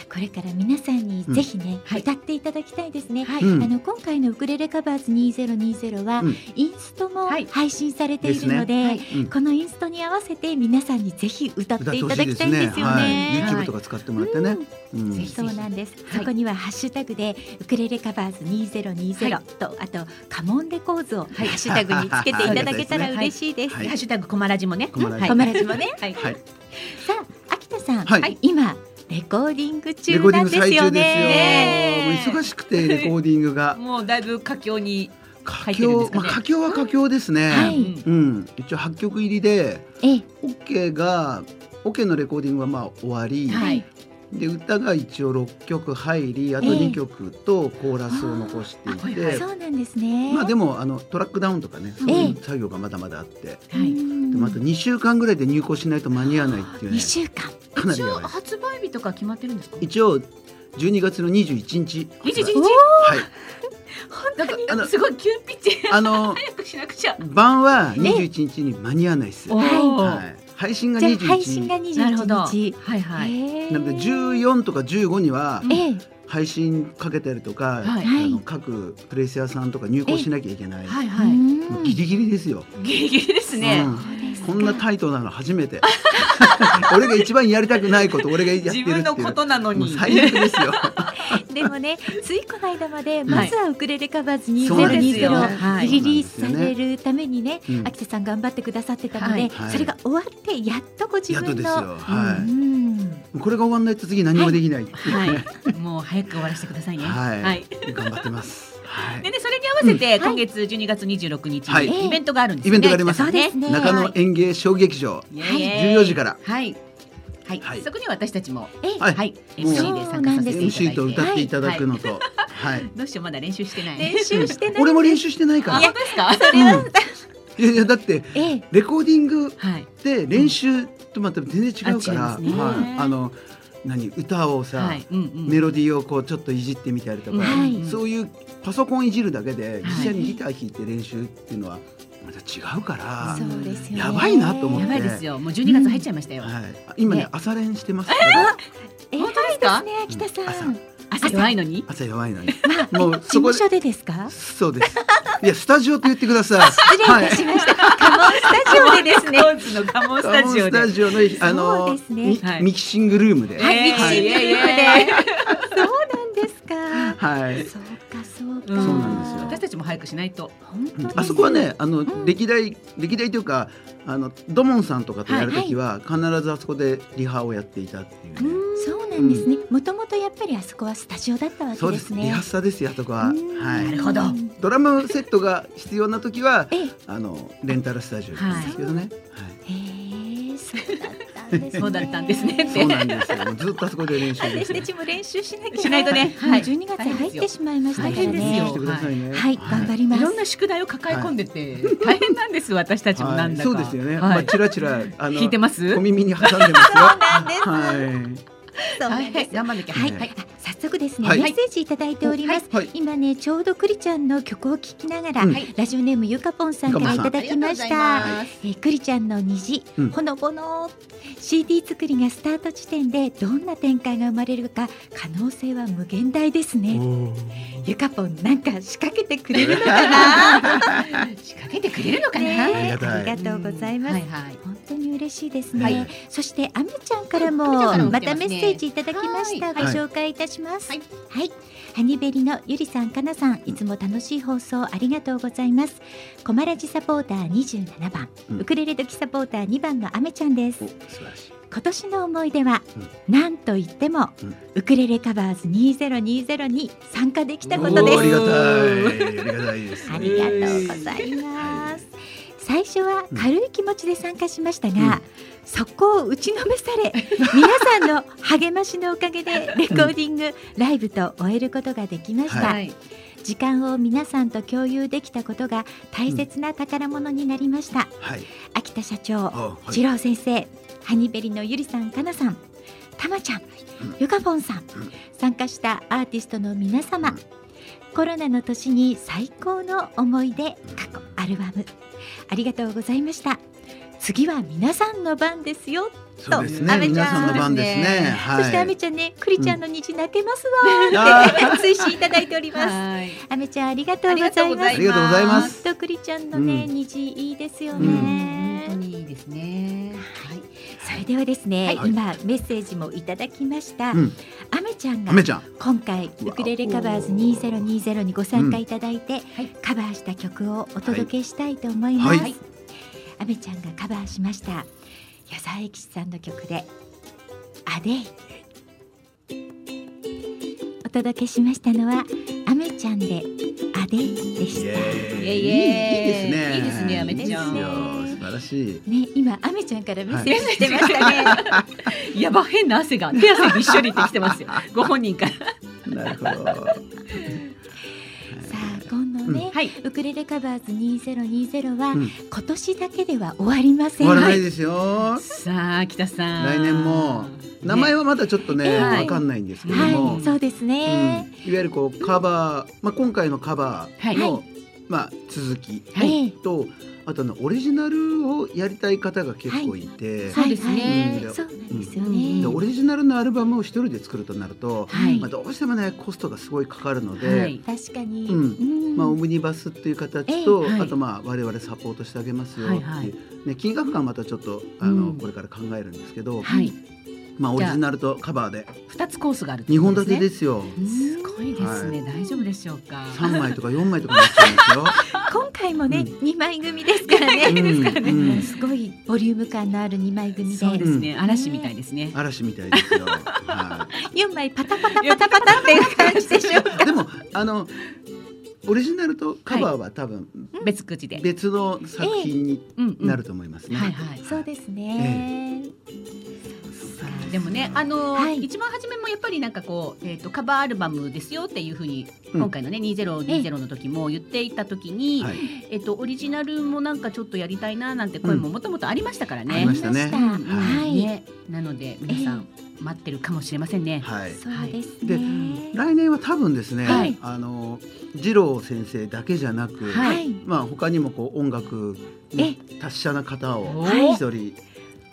A: やこれから皆さんに
J: うん
A: ぜひね、
C: はい
A: 歌っていただきたいですね。
C: はい
J: うん
A: あの今回のウクレレカバーズ2020は、
J: うん
A: インストも
C: はい
A: 配信されているので、
C: はい
J: うん
A: このインストに合わせて皆さんにぜひ歌っ
J: 歌ってて
A: い
J: ほ
A: た
J: し
A: だ
J: いで
A: きた
J: す
A: いん
J: ね。
A: ですよね。
J: はい。YouTube とか使ってもらってね。うん
C: ぜひ
A: そうなんです、
C: はい
A: そこにはハッシュタグでウクレレカバーズ2020と、あとカモンレコーズをハッシュタグにつけていただけたら嬉しいです。
J: はい
C: ハッシュタグコマラジもね、
J: コマラジ
C: はい
A: コマラジもね。
C: はい、
J: はい。
A: さあ秋田さん、
J: はい
A: 今レコーディング
J: レ
A: 中
J: コーディ
A: な
J: ン
A: ん
J: グ
A: で
J: 最
A: すよ
J: 中で
A: ね。
J: すよ。もう忙しくてレコーディングが
C: もうだいぶ佳境に、
J: 佳
C: 入ってるんで
J: 境
C: す、か
J: まあ
C: ね
J: 佳境は佳境です
A: は
J: ね。
A: い
C: うん
J: うん。一応八曲入りで、
A: ええ、
J: オッケーがオッケーのレコーディングはまあ終わり。
C: はい、
J: で歌が一応6曲入りあと
A: ええ
J: 2曲とコーラスを残してい
C: あはい
J: て、
C: は
A: そうなんですね。
J: まあでもあのトラックダウンとかねそう
A: え
J: い
A: え
J: う作業がまだまだあって、
C: はい。
J: でもあと2週間ぐらいで入稿しないと間に合わないっていうね
A: 二週間。
J: かなり
C: 一
J: や
C: 応
J: ばいです
C: 発売日とか決まってるんですか？
J: 一応12月の21日
C: 21日
J: はい
C: なんか
J: あの
C: すごい急ピッチ
J: あの
C: 早くしなくちゃ。
J: 晩は21日に間に合わないです、
C: おー
J: はい、配信が
A: じゃあ
J: 21
A: 配信
J: 日
A: が
J: な
A: 二十
C: なるほど。は
A: 日
C: い。はい。
A: ええ
J: ので14とか15には
A: ええ
J: 配信かけたりとか、
C: はい
J: あの各プレイスヤーさんとか入稿しなきゃいけない、
C: はいうは
A: ん
J: もうギリギリですよ
C: い。ギリギリですね。
J: うん
A: そうですか
J: こんなタイトなの初めて。 俺が一番やりたくないこと、俺がやってるってい
C: 自
J: う。
C: 分のことなの
J: もう
C: に。
J: 最悪です よ。
A: でも ね、ついこの間まで、まずはウクレレカバーズ
J: そうなんです
A: 2020
J: よ
C: はい
A: リリースされるためにね、
J: うん
A: 秋田さん頑張ってくださってたの
C: は
A: で、
C: い
J: はい
A: それが終わってやっとご自
J: やっと
A: 分
J: ですよ。
A: の、う
J: は
A: ん、
J: い。これが終わんないと次何もできない。
C: はい。もう早く終わらせてくださいね。
J: はい
C: はい。
J: 頑張ってます。はい
C: で。ねそれに合わせて
A: ん
C: 今月12月26日
J: はい
C: にイベントがあるんです
J: イ
C: よね。
J: ベントがあります
A: そうですね。
J: 中
A: は
J: 野
A: い
J: 園芸小劇場
C: イエーイ
J: 14時から。
C: はい。はい。
J: はい
C: そこには私たちも
A: ええ
J: はい
C: はい
J: もう
C: MC で参加させていただ
J: MC
C: い
J: と歌
C: て。
J: っていただくのと、はい。
C: どうしようまだ練習してない。
A: 練習してない。
J: 俺も練習してないか ら。
C: あ
J: うん
C: 本当です か？
J: いやいやだって
A: ええ、
J: レコーディング
C: はい。
J: で練習とまた全然違うか
C: あ
J: ら、
C: 違いますね
J: はいあの何歌をさ、
C: はい。うんうん。
J: メロディーをこうちょっといじってみたりとか、
A: はい
J: そういうパソコンいじるだけで実際に
A: はい
J: ギター弾いて練習っていうのはまた違うから、
C: そ
A: そうですよね。
J: やばいなと思っ
C: や
J: て
C: ばいですよ。もう12月入っちゃいましたよ。
J: はい、今ね
C: ね
J: 朝練してます、
A: え
C: 本当ですか
A: ね、秋田さん。
C: 朝弱いのに。
J: 朝弱いのに
A: まあ、
J: もう
A: 事
J: そ
A: 務
J: こで
A: 所でですか。
J: そうですいやスタジオって言ってください
A: 失礼いたしま した。カモンスタジオでですね。
C: コーチのカモンスタジオ
J: スタ
C: で。
J: ジオのあ
A: そ
J: の
A: うですね
J: ミ
C: はい
J: ミキシングルームで、
A: はい、ミキシングルームで。そうなんですか。
J: はい、
A: そうかそうか。
C: うん
J: そうなんですよ
C: 私たちも早くしないと。
A: 本当です
J: あそこはね、あの、
A: ん
J: 歴代歴代というかあのドモンさんとかとやるときは、必ずあそこでリハをやっていたっていうね、
A: そうなんですね。もともとやっぱりあそこはスタジオだったわ
J: そ
A: け
J: うで
A: ですす
J: リ
A: ね
J: ハッ。サですよあそこは、は、
A: うん
C: ないるほど。
J: ドラムセットが必要なときは
A: ええ、
J: あのレンタルスタジオなんですけどね、はい
A: へえ、そうだったんですね。
C: そうだったんですね
J: そうなんですよもうずっとあそこで練習で
A: 私
J: す
A: たちも練習しなきゃ
C: しないとね
A: もう
C: はい
A: 12月入ってしまいましたから
C: 大
A: ね。
C: 変です
J: 練習
C: よ
J: してくださいね、
A: はい、頑張
J: り
A: りま
C: い
A: す
C: ろん。な宿題を抱え込んでて大変なんです私たちもなんだか。
J: そうですよね、ま
C: は
J: あ
C: い。
J: ちらちらあの
C: 聞いてます
J: 小？耳に挟んでますよそうなんですはい
A: そうな
C: 大
A: んで
C: 変
A: す
C: 頑張んなきゃ。
A: はい、
J: ね
A: はい、あ早早速ですね、
J: はい
A: メッセージいただいております、
J: はい
A: 今ねちょうどクリちゃんの曲を聴きながら、
J: うん
A: ラジオネームゆかぽんさんからい
J: ゆ
A: た
J: かぽんさん
A: だきましたえー、クリちゃんの虹、
J: うん
A: ほのぼの CD 作りがスタート地点でどんな展開が生まれるか可能性は無限大ですねゆかぽんなんか仕掛けてくれるのかな
C: 仕掛けてくれるのかな、
A: ね
J: ありがたい
A: ありがとうございます、
C: はいはい。
A: 本当に嬉しいですね、
C: はい
A: そしてあみちゃんから
C: あみちゃんから
A: も
C: も
A: ま
C: 来て
A: た
C: ま
A: メ
C: すね
A: ッセージいただきました、
C: はい
A: ご紹介いたしますは
C: はいい、
A: ハニベリのゆりさんかなさんいつも楽しい放送ありがとうございますコマラジサポーター27番、
J: うん
A: ウクレレ時サポーター2番のあめちゃんです
J: お素晴らしい
A: 今年の思い出は、なんといっても、
J: うん
A: ウクレレカバーズ2020に参加できたことで
J: おーあり
A: す
J: がたいありがたいですね
A: ありがとうございます。最初は軽い気持ちで参加しましたが、
J: うん
A: 速攻を打ちのめされ皆さんの励ましのおかげでレコーディング、ライブと終えることができました、
J: はい
A: 時間を皆さんと共有できたことが大切な宝物になりました、
J: はい
A: 秋田社長、
J: あはい
A: 次郎先生ハニベリのゆりさんかなさんたまちゃん、ゆかぽんさん、
J: ん
A: 参加したアーティストの皆様、
J: うん
A: コロナの年に最高の思い出過去アルバムありがとうございました次は皆さんの番ですよ、
J: そうです
A: あめちゃん
J: ね皆さんの番です
C: そうです
J: ね
C: ね
J: はい
A: そしてあめちゃんねクリちゃんの虹泣けますわ
J: あ
A: って、追伸いただいております
C: はい。
A: あめちゃんありがとうございます
J: ありがとうございま
A: 本
J: す
A: 当クリちゃんのね、
J: うん
A: 虹いいですよ
J: うん
A: ね、
C: 本当にいいですね。はい。
A: それではですね、
J: は
A: 今
J: い
A: メッセージもいただきました、
J: うん
A: あめちゃんが
J: あめちゃん
A: 今回ウクレレカバーズ2020にご参加いただいて、カバーした曲をお届けしたいと思います、
J: はいはい
A: あめちゃんがカバーしました矢沢永吉さんの曲でアデイお届けしましたのはあめちゃんでアデイで
J: イ
A: し
J: エ
A: た
J: ーイ
C: イエイイ
J: いいで
C: エ
J: す
C: イ
J: ね
C: いいですねあめちゃん
J: いいですよ素晴らしい
A: ね、今あめちゃんからメッセージしてましたね、
C: やば変な汗が手汗びっしょりってきてますよ。ご本人から。
J: なるほど
A: さあ今度ね、
C: はい。
A: ウクレレカバーズ2020は、
J: うん
A: 今年だけでは終わりませ
J: 終
A: ん。
J: わらないですよ
C: さあ北さん。
J: 来年も名前はまだちょっとね
A: ね
J: わかんないんですけども、
A: はい、そうです
J: うん
A: ね。
J: いわゆるこうカバー、まあ、今回のカバーの、まあ、続き
A: は
C: はい
A: い、
J: と、あとねオリジナルをやりたい方が結構いて、
C: そうですね
A: はいそうなんですよ
C: うん
J: で
A: ね。
J: オリジナルのアルバムを一人で作るとなると、
C: はい
J: まあ、どうしてもねコストがすごいかかるので、
C: はい
A: 確かに。
J: うん
A: ん
J: まあ、オムニバスっていう形と、
A: え
C: えはい
J: あとまあ我々サポートしてあげますよっていう、
C: はいはい
J: ね、金額感はまたちょっとあ
C: う
J: の、
C: ん
J: これから考えるんですけど、
C: はい。
J: まあ、オリジナルとカバーで
C: 二つコースがあるって
J: 2
C: こ
J: 本
C: と
J: 立てです
C: ね。
J: すよ。
C: すごいですね。大丈夫でしょうか。
J: 三枚とか四枚とかになっちゃうんですよ。
A: 今回もね、
J: う
A: 二、枚組ですからね。
J: 二枚組ですからねうんうん
A: すごいボリューム感のある二枚組で
C: そう、ですね。
A: ん
C: 嵐みたいですね。
J: 嵐みたいですよ。は
A: 四枚パタパタパタパタっていう感じでし ょう
J: い。
A: か。
J: でもあのオリジナルとカバーは多分
C: 別口で。
J: 別の作品に
C: うんうん
J: なると思いますね。
C: はいはい。
A: そうですね。
C: でもね、あのー
A: はい
C: 一番初めもやっぱりなんかこう、えっとカバーアルバムですよっていうふうに、
J: うん
C: 今回のね2020の時も言っていた時に、
J: はい
C: えっとオリジナルもなんかちょっとやりたいななんて声ももともとありましたから
J: あ
C: ね。
J: りましたね
A: あり
C: うん
A: ましたはい、
C: ねなので皆さん、待ってるかもしれませんね。
J: はい。
A: そうです
J: で
A: ね。
J: 来年は多分ですね、
A: はい
J: あの二郎先生だけじゃなく、
C: はい
J: まあ他にもこう音楽
A: え
J: に達者な方を
C: はい
J: 一人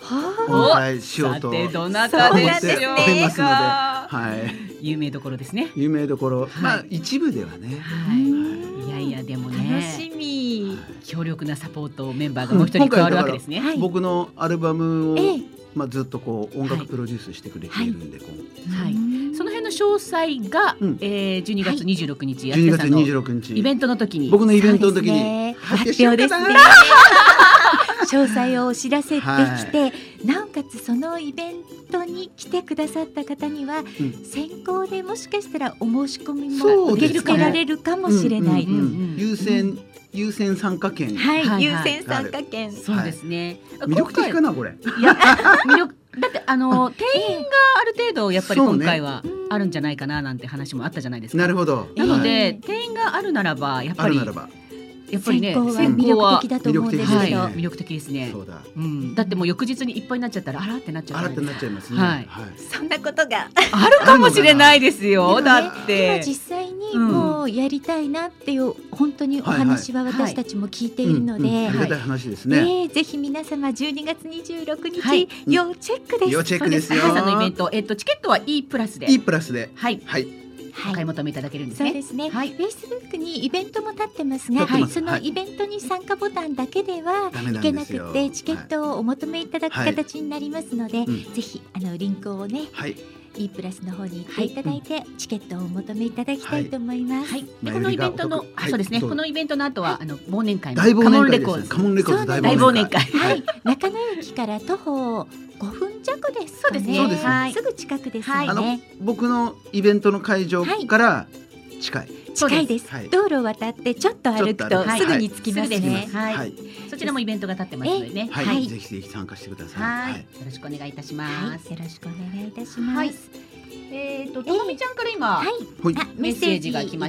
A: は
J: お
A: あ。
J: 迎えしよう
C: さ
J: と思っててお
C: ど
J: り
C: な
J: ます
C: た
A: そう
C: で
A: なんです
C: しょ
A: ね
C: う
J: ので、
C: か。
J: はい、
C: 有名どころですね。
J: 有名どころ、
C: はい
J: まあ一部ではね。
C: はい。
A: うん
C: いやいやでも
A: 楽し
C: ね、
A: み。
C: 強力なサポートメンバーがもう一人加わるわけですね。
A: はい
J: 僕のアルバムを、
A: ええ
J: まあ、ずっとこう音
C: は
J: 楽
C: い
J: プロデュースしてくれているんで、こ
C: はい。
A: うん
C: その辺の詳細が、
J: うん
C: えー、12月26日、
J: う
C: 安
J: 12
C: 田
J: 月
C: さんの
J: 26日
C: イベントの時に、
J: 僕のイベントの時
A: そうです
J: に
A: ね発表です ね。詳細をお知らせできて、
J: は
A: なおかつそのイベントに来てくださった方には、
J: ん
A: 先行でもしかしたらお申し込みも
J: そう
A: 受
J: で
A: け
J: す
A: 付
J: かね
A: けられるかもしれない。
J: うんうんうん
C: うん
J: 優先優先参加権、
A: はい、
C: はいはい
A: 優先参加権。
C: そうですね。
J: 魅力的かなこれ
C: 今回いや 魅力だってあの定員がある程度やっぱり
J: そう
C: 今
J: ね
C: 回はあるんじゃないかななんて話もあったじゃないですか。
J: なるほど
C: なの
J: はい
C: で定員があるならばやっ
J: あ
C: ぱ
J: る
C: り
J: ならば
C: やっぱりね
A: 線香は
C: 線香は
A: 魅力的だと思うんです
C: は
A: け
C: い
A: ど、
J: はい
C: 魅力的ですね
J: そうだ。
C: うんだってもう翌日にいっぱいになっちゃったらあらってなっちゃう
J: あ
C: じ
J: ら
C: ゃな
J: って
C: い
J: なっちゃいますね。
C: はい
A: そんなことが
C: あるかもしれないです
A: でも
C: よ、
A: ね
C: だって
A: 今実際に
C: うん
A: もうやりたいなっていう本当にお話は私たちも聞いているの
J: うんうん
A: で
J: ありがたい話です
A: ね
J: ね。
A: えぜひ皆様12月26日、
C: はい
A: 要チェックです。
J: 要チェッ
C: そう
J: ク
C: で
J: ですす
C: ね
J: よ。
C: 朝のイベントえっとチケットは E プラスで
J: いいプラスで。
C: はい
J: はい。
A: はい
C: お買い求めいただけるんです
A: そうで
C: ね
A: すね。
C: はい
A: フェイスブックにイベントも立ってますが、
J: 立ってます
A: その
J: はい
A: イベントに参加ボタンだけでは
J: ダメない
A: け
J: ん
A: な
J: です
A: く
J: よ。
A: てチケットをお求めいただく
J: はい
A: 形になりますので、
J: ん
A: ぜひあのリンクをね、
J: はい。はい。
A: E プラスの方に行っていただいて、チケットをお求めいただきたいと思います。
C: はい、で
J: 前
C: こ
J: 売
C: のイ
J: り
C: ベ
J: が
C: ント
J: お
C: の
J: 得、
C: あ
J: はい
C: そうですね、
J: どう
C: こ
J: ぞ
C: のイベントの後は、あの忘年会の
J: 大忘年
C: レ
J: 会
C: コ
J: で
C: ー
J: すね。
C: ズ
J: カモンレコーズ
A: そう
J: 大
A: なん
C: 大
A: です
C: 忘
J: 忘年
C: 年
J: 会。
C: 会
A: はい、中野駅から徒歩5分弱ですかね。
J: そうですね
A: はいすぐ近くです
C: はい
A: よ
J: あの
A: ね。
J: 僕のイベントの会場から近い。
C: そうです
A: 近いです。
J: はい
A: 道路を渡ってちょっと歩く
J: ちょ
A: と
J: っと歩く
A: すぐに着きます
C: はいすぐ
A: ね
C: です。はい
J: はい。
C: そちらもイベントが立ってますのでね。
J: はい
A: は
J: はいい。ぜひぜひ参加してくだ
C: は
J: さ
C: い
J: い。はい。
C: よろしくお願いいたし
A: はい、
C: ます。
A: よろしくお願いいたします。
C: はいえっと、ともみちゃんから今、
A: はい、
J: ほい
A: あメ
C: メ
A: ッ
C: ッ
A: セ
C: セ
A: ー
C: ー
A: ジ
C: ジ
A: いた
C: が
A: だき
C: 来
A: ま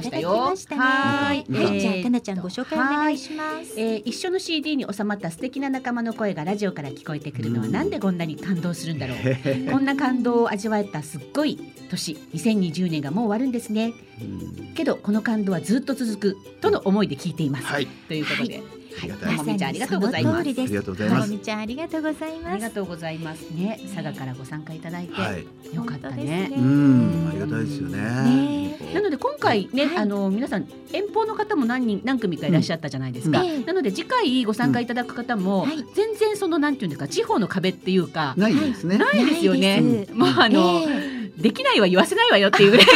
C: ま
A: し
C: したた
A: ね。
C: よ
A: はい、
J: はい
A: はいじゃあ
C: えー
A: かなちゃんご紹介お願いします。
C: えー一緒の CD に収まった素敵な仲間の声がラジオから聞こえてくるのは、
J: うん
C: なんでこんなに感動するんだろう。
J: へへへ
C: こんな感動を味わえたすっごい年2020年がもう終わるんですね
J: うん
C: けどこの感動はずっと続くとの思いで聞いています、
J: はい。
C: ということで、
J: ありが
C: はい
J: たい
C: と。もみちゃんありがとうご
A: その通
C: ざいます
A: り
J: あ
A: で
J: り
A: す。
J: がとうござい
A: と
J: ま
A: も
J: す。
A: みちゃんありがとうござい
C: あ
A: ま
C: りが
A: す。
C: とうございますね佐賀からご参加いただいて、
J: はい。
C: よかった
A: 本当です
C: ね
A: ね
J: うん。ありがたいですよ
A: ね
J: ね。
C: なので今回ね、
A: はい
C: あの皆さん遠方の方も何人何組かいらっしゃったじゃないですか、
A: うんええ
C: なので次回ご参加いただく方も、
A: うんはい
C: 全然そのなんていうんですか地方の壁っていうか
J: ないですね。
C: ないですよね
A: ないです
C: まああの、
A: え
C: できないは言わせないわよっていうぐらい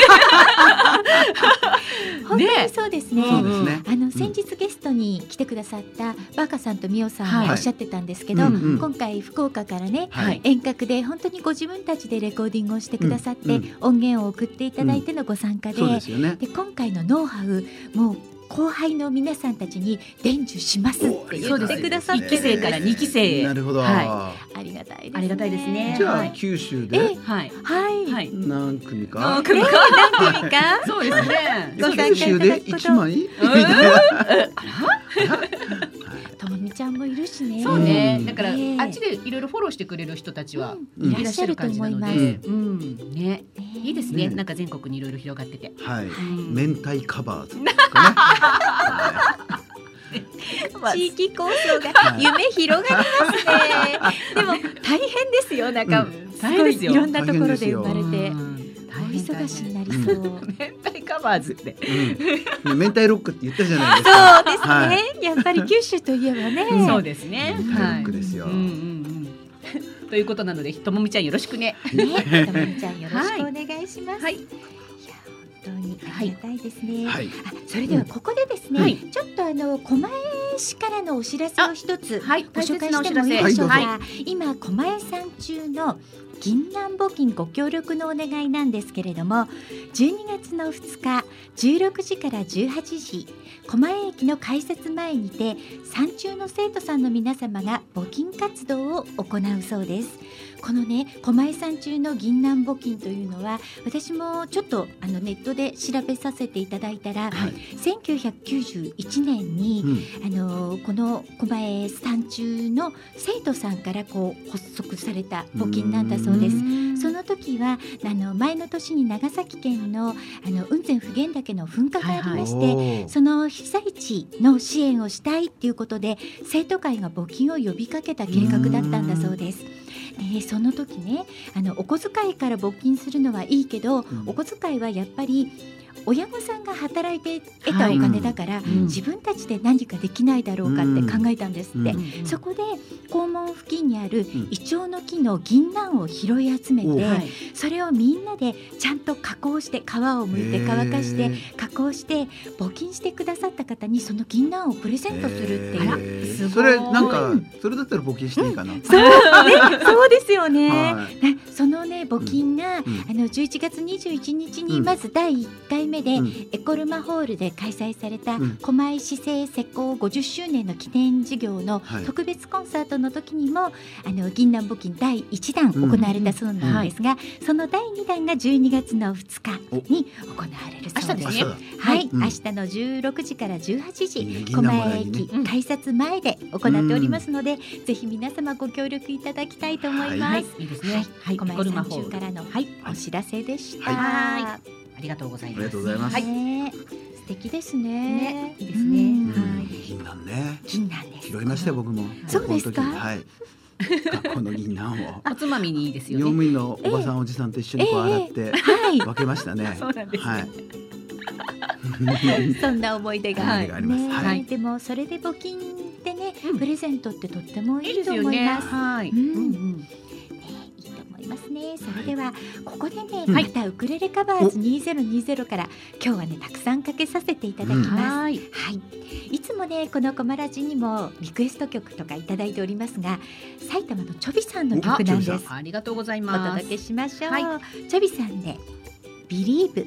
A: え本当にそうですね。
J: そうですね。
A: あの先日ゲストに来てくださったバカさんとミオさん
C: はい
A: がおっしゃってたんですけど、
C: うん
J: うん
A: 今回福岡からね、
J: はい
A: 遠隔で本当にご自分たちでレコーディングをしてくださって、
J: うんうん
A: 音源を送っていただいてのご参加で,、
J: そうですよね。
A: で今回のノウハウもう後輩の皆さんたちに伝授しますって言
C: そう
A: っ
C: で
A: て
C: す
A: くださって
C: 一期生から二期生へ
J: なるほど。
C: は
A: ありがたいですね
C: ありがたいですね
J: じゃ
C: は
J: あ
C: い
J: 九州
A: え
J: で
A: え
C: はい
A: はい、
C: はい
J: 何組
C: あ
J: か
C: ー。組か
A: 何組か
C: そうですね
A: ご参加
J: 九州で一枚みたいな。
A: ともみちゃんもいるしね
C: そうね、
J: うん
C: だから、
A: ねえ
C: あっちでいろいろフォローしてくれる人たちは
A: うんんいらっしゃると思います、
C: いらっしゃ
J: ね
C: る感じなのでうん、ね、いいですね、
J: ね
C: なんか全国にいろいろ広がってて。
J: はい。
C: うん
J: 明太カバーズと かね。は
A: 地域構想が
J: はい
A: 夢広がりますね。でも大変ですよ。なんか、
J: うん
C: 大変ですよ
A: いろんなところで生まれ
J: 大
A: て
C: う、ん
A: 大忙し になり
J: 大
A: そう。
J: 変
A: そう
C: 変明太カバーズって。
J: うん。明太ロックって言ったじゃないです か。
A: ですね、
J: は
A: やっぱり九州といえばね。
C: そうですね。
J: 明太ロ
C: は
J: ッ
C: い
J: ク。ですよ
C: うんう。んうん。 ということなので、ともみちゃんよろしくね。
A: ね、ともみちゃんよろしくお願いします。
C: はい
A: いや本当にありがたいですね。
J: はい。
A: あそれではここでですね、
C: はい
A: ちょっとあの狛江市からのお知らせを一つ
C: はい、
A: ご
C: 大
A: 紹
C: 切
A: 介
C: な
A: して
C: お知
A: もい
C: ら
A: い
C: せ。
A: でしょうか、
C: はい。
A: 今狛江さん中の銀杏募金ご協力のお願いなんですけれども12月の2日16時から18時狛江駅の改札前にて山中の生徒さんの皆様が募金活動を行うそうですこのね狛江山中の銀杏募金というのは私もちょっとあのネットで調べさせていただいたら、
J: はい
A: 1991年に、
J: うん
A: あのこの狛江山中の生徒さんからこう発足された募金なんだそうです。その時はあの前の年に長崎県のあの雲仙普賢岳の噴火がありまして、
J: おー
A: その被災地の支援をしたいっていうことで生徒会が募金を呼びかけた計画だったんだそうです。でその時ねあのお小遣いから募金するのはいいけど、
J: ん
A: お小遣いはやっぱり親御さんが働いて得たお金だから、
C: うん
A: 自分たちで何かできないだろうかって考えたんですって。
J: うん
C: うん
A: そこで校門付近にある
J: ん
A: イチョウの木の銀杏を拾い集めて、
J: おう
C: はい。
A: それをみんなでちゃんと加工して皮を剥いて乾かして
J: へ
A: 加工して募金してくださった方にその銀杏をプレゼントするっていう、
C: ら
J: へー
C: すごい
J: それなんかそれだったら募金していいかな。
A: そうねそうですよね、
J: はい
A: ね、そそのね募金が、あの11月21日に
J: うん
A: まず第1回目で、
J: うん
A: エコルマホールで開催された
J: うん
A: 狛江市政施工50周年の記念事業の
J: はい
A: 特別コンサートの時にも、あの銀杏募金第1弾行われたそうなんですが、その第2弾が12月の2日に行われるそうで
J: 明
A: す。
J: 日だ。
A: はい、
J: うん
A: 明日の16時から18時、
J: いいね銀杏
A: 狛
J: もら
A: 江
J: いにね
A: 駅改札前で行っておりますので、ぜひ皆様ご協力いただきたいと思います。
J: は
A: はいい、
C: いいですね。はい、
A: 狛
C: コ
A: 江
C: ルマ
A: 山
C: ホー
A: 中
C: ル
A: からの
C: はい、
A: お知らせでした。
C: はいありがとうござい
J: あ
C: ます。
J: りがとうございます。
A: はい、素敵ですね。
C: ねいいで
A: う
C: すね
A: ん
J: うん銀杏ね。
A: 銀なんです。
J: 拾いましたよ僕も。
A: そうですか
J: 高校の時にはい。学校の銀 杏を。
C: おつまみにいいです
J: 業
C: よね。
J: 務員のおばさんおじさんと一緒にこう洗って
A: はい、
J: 分けまし たね。
C: そうなんですね
J: はい。
A: そんな思い出が。
J: 思い出があります
A: ね
J: はい
A: でも、それで募金ってね、
C: うん
A: プレゼントってとっても
C: い
A: い
C: い
A: い
C: です
A: と
C: よ
A: 思い
C: ね。
A: ます。
C: はい。
A: う
C: うんんうん。
A: いいと思いますね。それではここでね、
J: うん
A: またウクレレカバーズ2020から今日はねたくさんかけさせていただきます。はい。
C: はい。
A: いつもねこのコマラジにもリクエスト曲とかいただいておりますが、埼玉のチョビさんの曲なんです。
C: ありがとうござい
A: お
C: ま
A: 届け
C: す。
A: しましょう。
C: はい
A: チョビさんでビリーブ。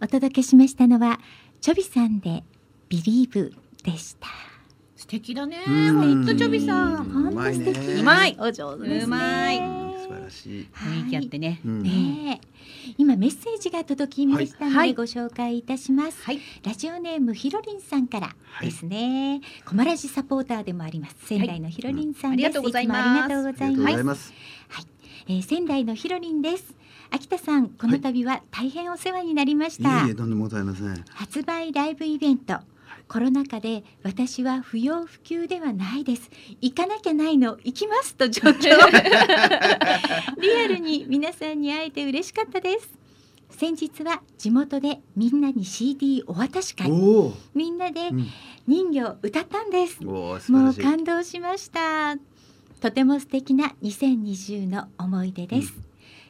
A: お届けしましたのはチョビさんでビリーブでした。
C: 素敵だね。
J: うん
C: ほんとチョビさん。
A: 本
J: う
A: 当
J: まい
A: 素
J: ね
A: 敵。
C: うまい
A: お上手ですね。
C: うまい
J: 素晴らしい。
A: はい
C: 雰囲気あってね。
J: うん
A: ねえ、今メッセージが届きましたので、
C: はい
A: ご紹介いたします、
C: はい
A: ラジオネームひろりんさんから
J: はい
A: ですね、こまらじサポーターでもあります仙台のひろりんさんです、
C: うんありがとうございます
A: つもありがとうご
J: あ
A: ざ
J: り
A: い
J: がとう
A: ま
J: ご
A: す
J: ざいます。
A: えー仙台のひろりんです秋田さんこの度は大変お世話になりまし
J: い
A: た、
J: いえとんでもございません。
A: 発売ライブイベント、コロナ禍で私は不要不急ではないです行かなきゃないの行きますと状況リアルに皆さんに会えて嬉しかったです先日は地元でみんなに CD お渡し会
J: おお。
A: みんなで
J: うん
A: 人魚を歌ったんです
J: おお素晴
A: も
J: ら
A: う
J: しい。
A: 感動しましたとても素敵な2020の思い出です、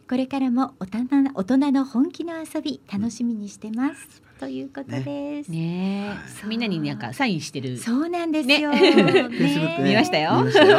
A: これからも大人大人の本気の遊び楽しみにしてます、ということです、
C: ね
J: はい
C: え。みんなになんかサインしてる。
A: そうなんですよ。
C: ね
J: Facebook ね
C: 見ましたよ
J: 見ましたよ。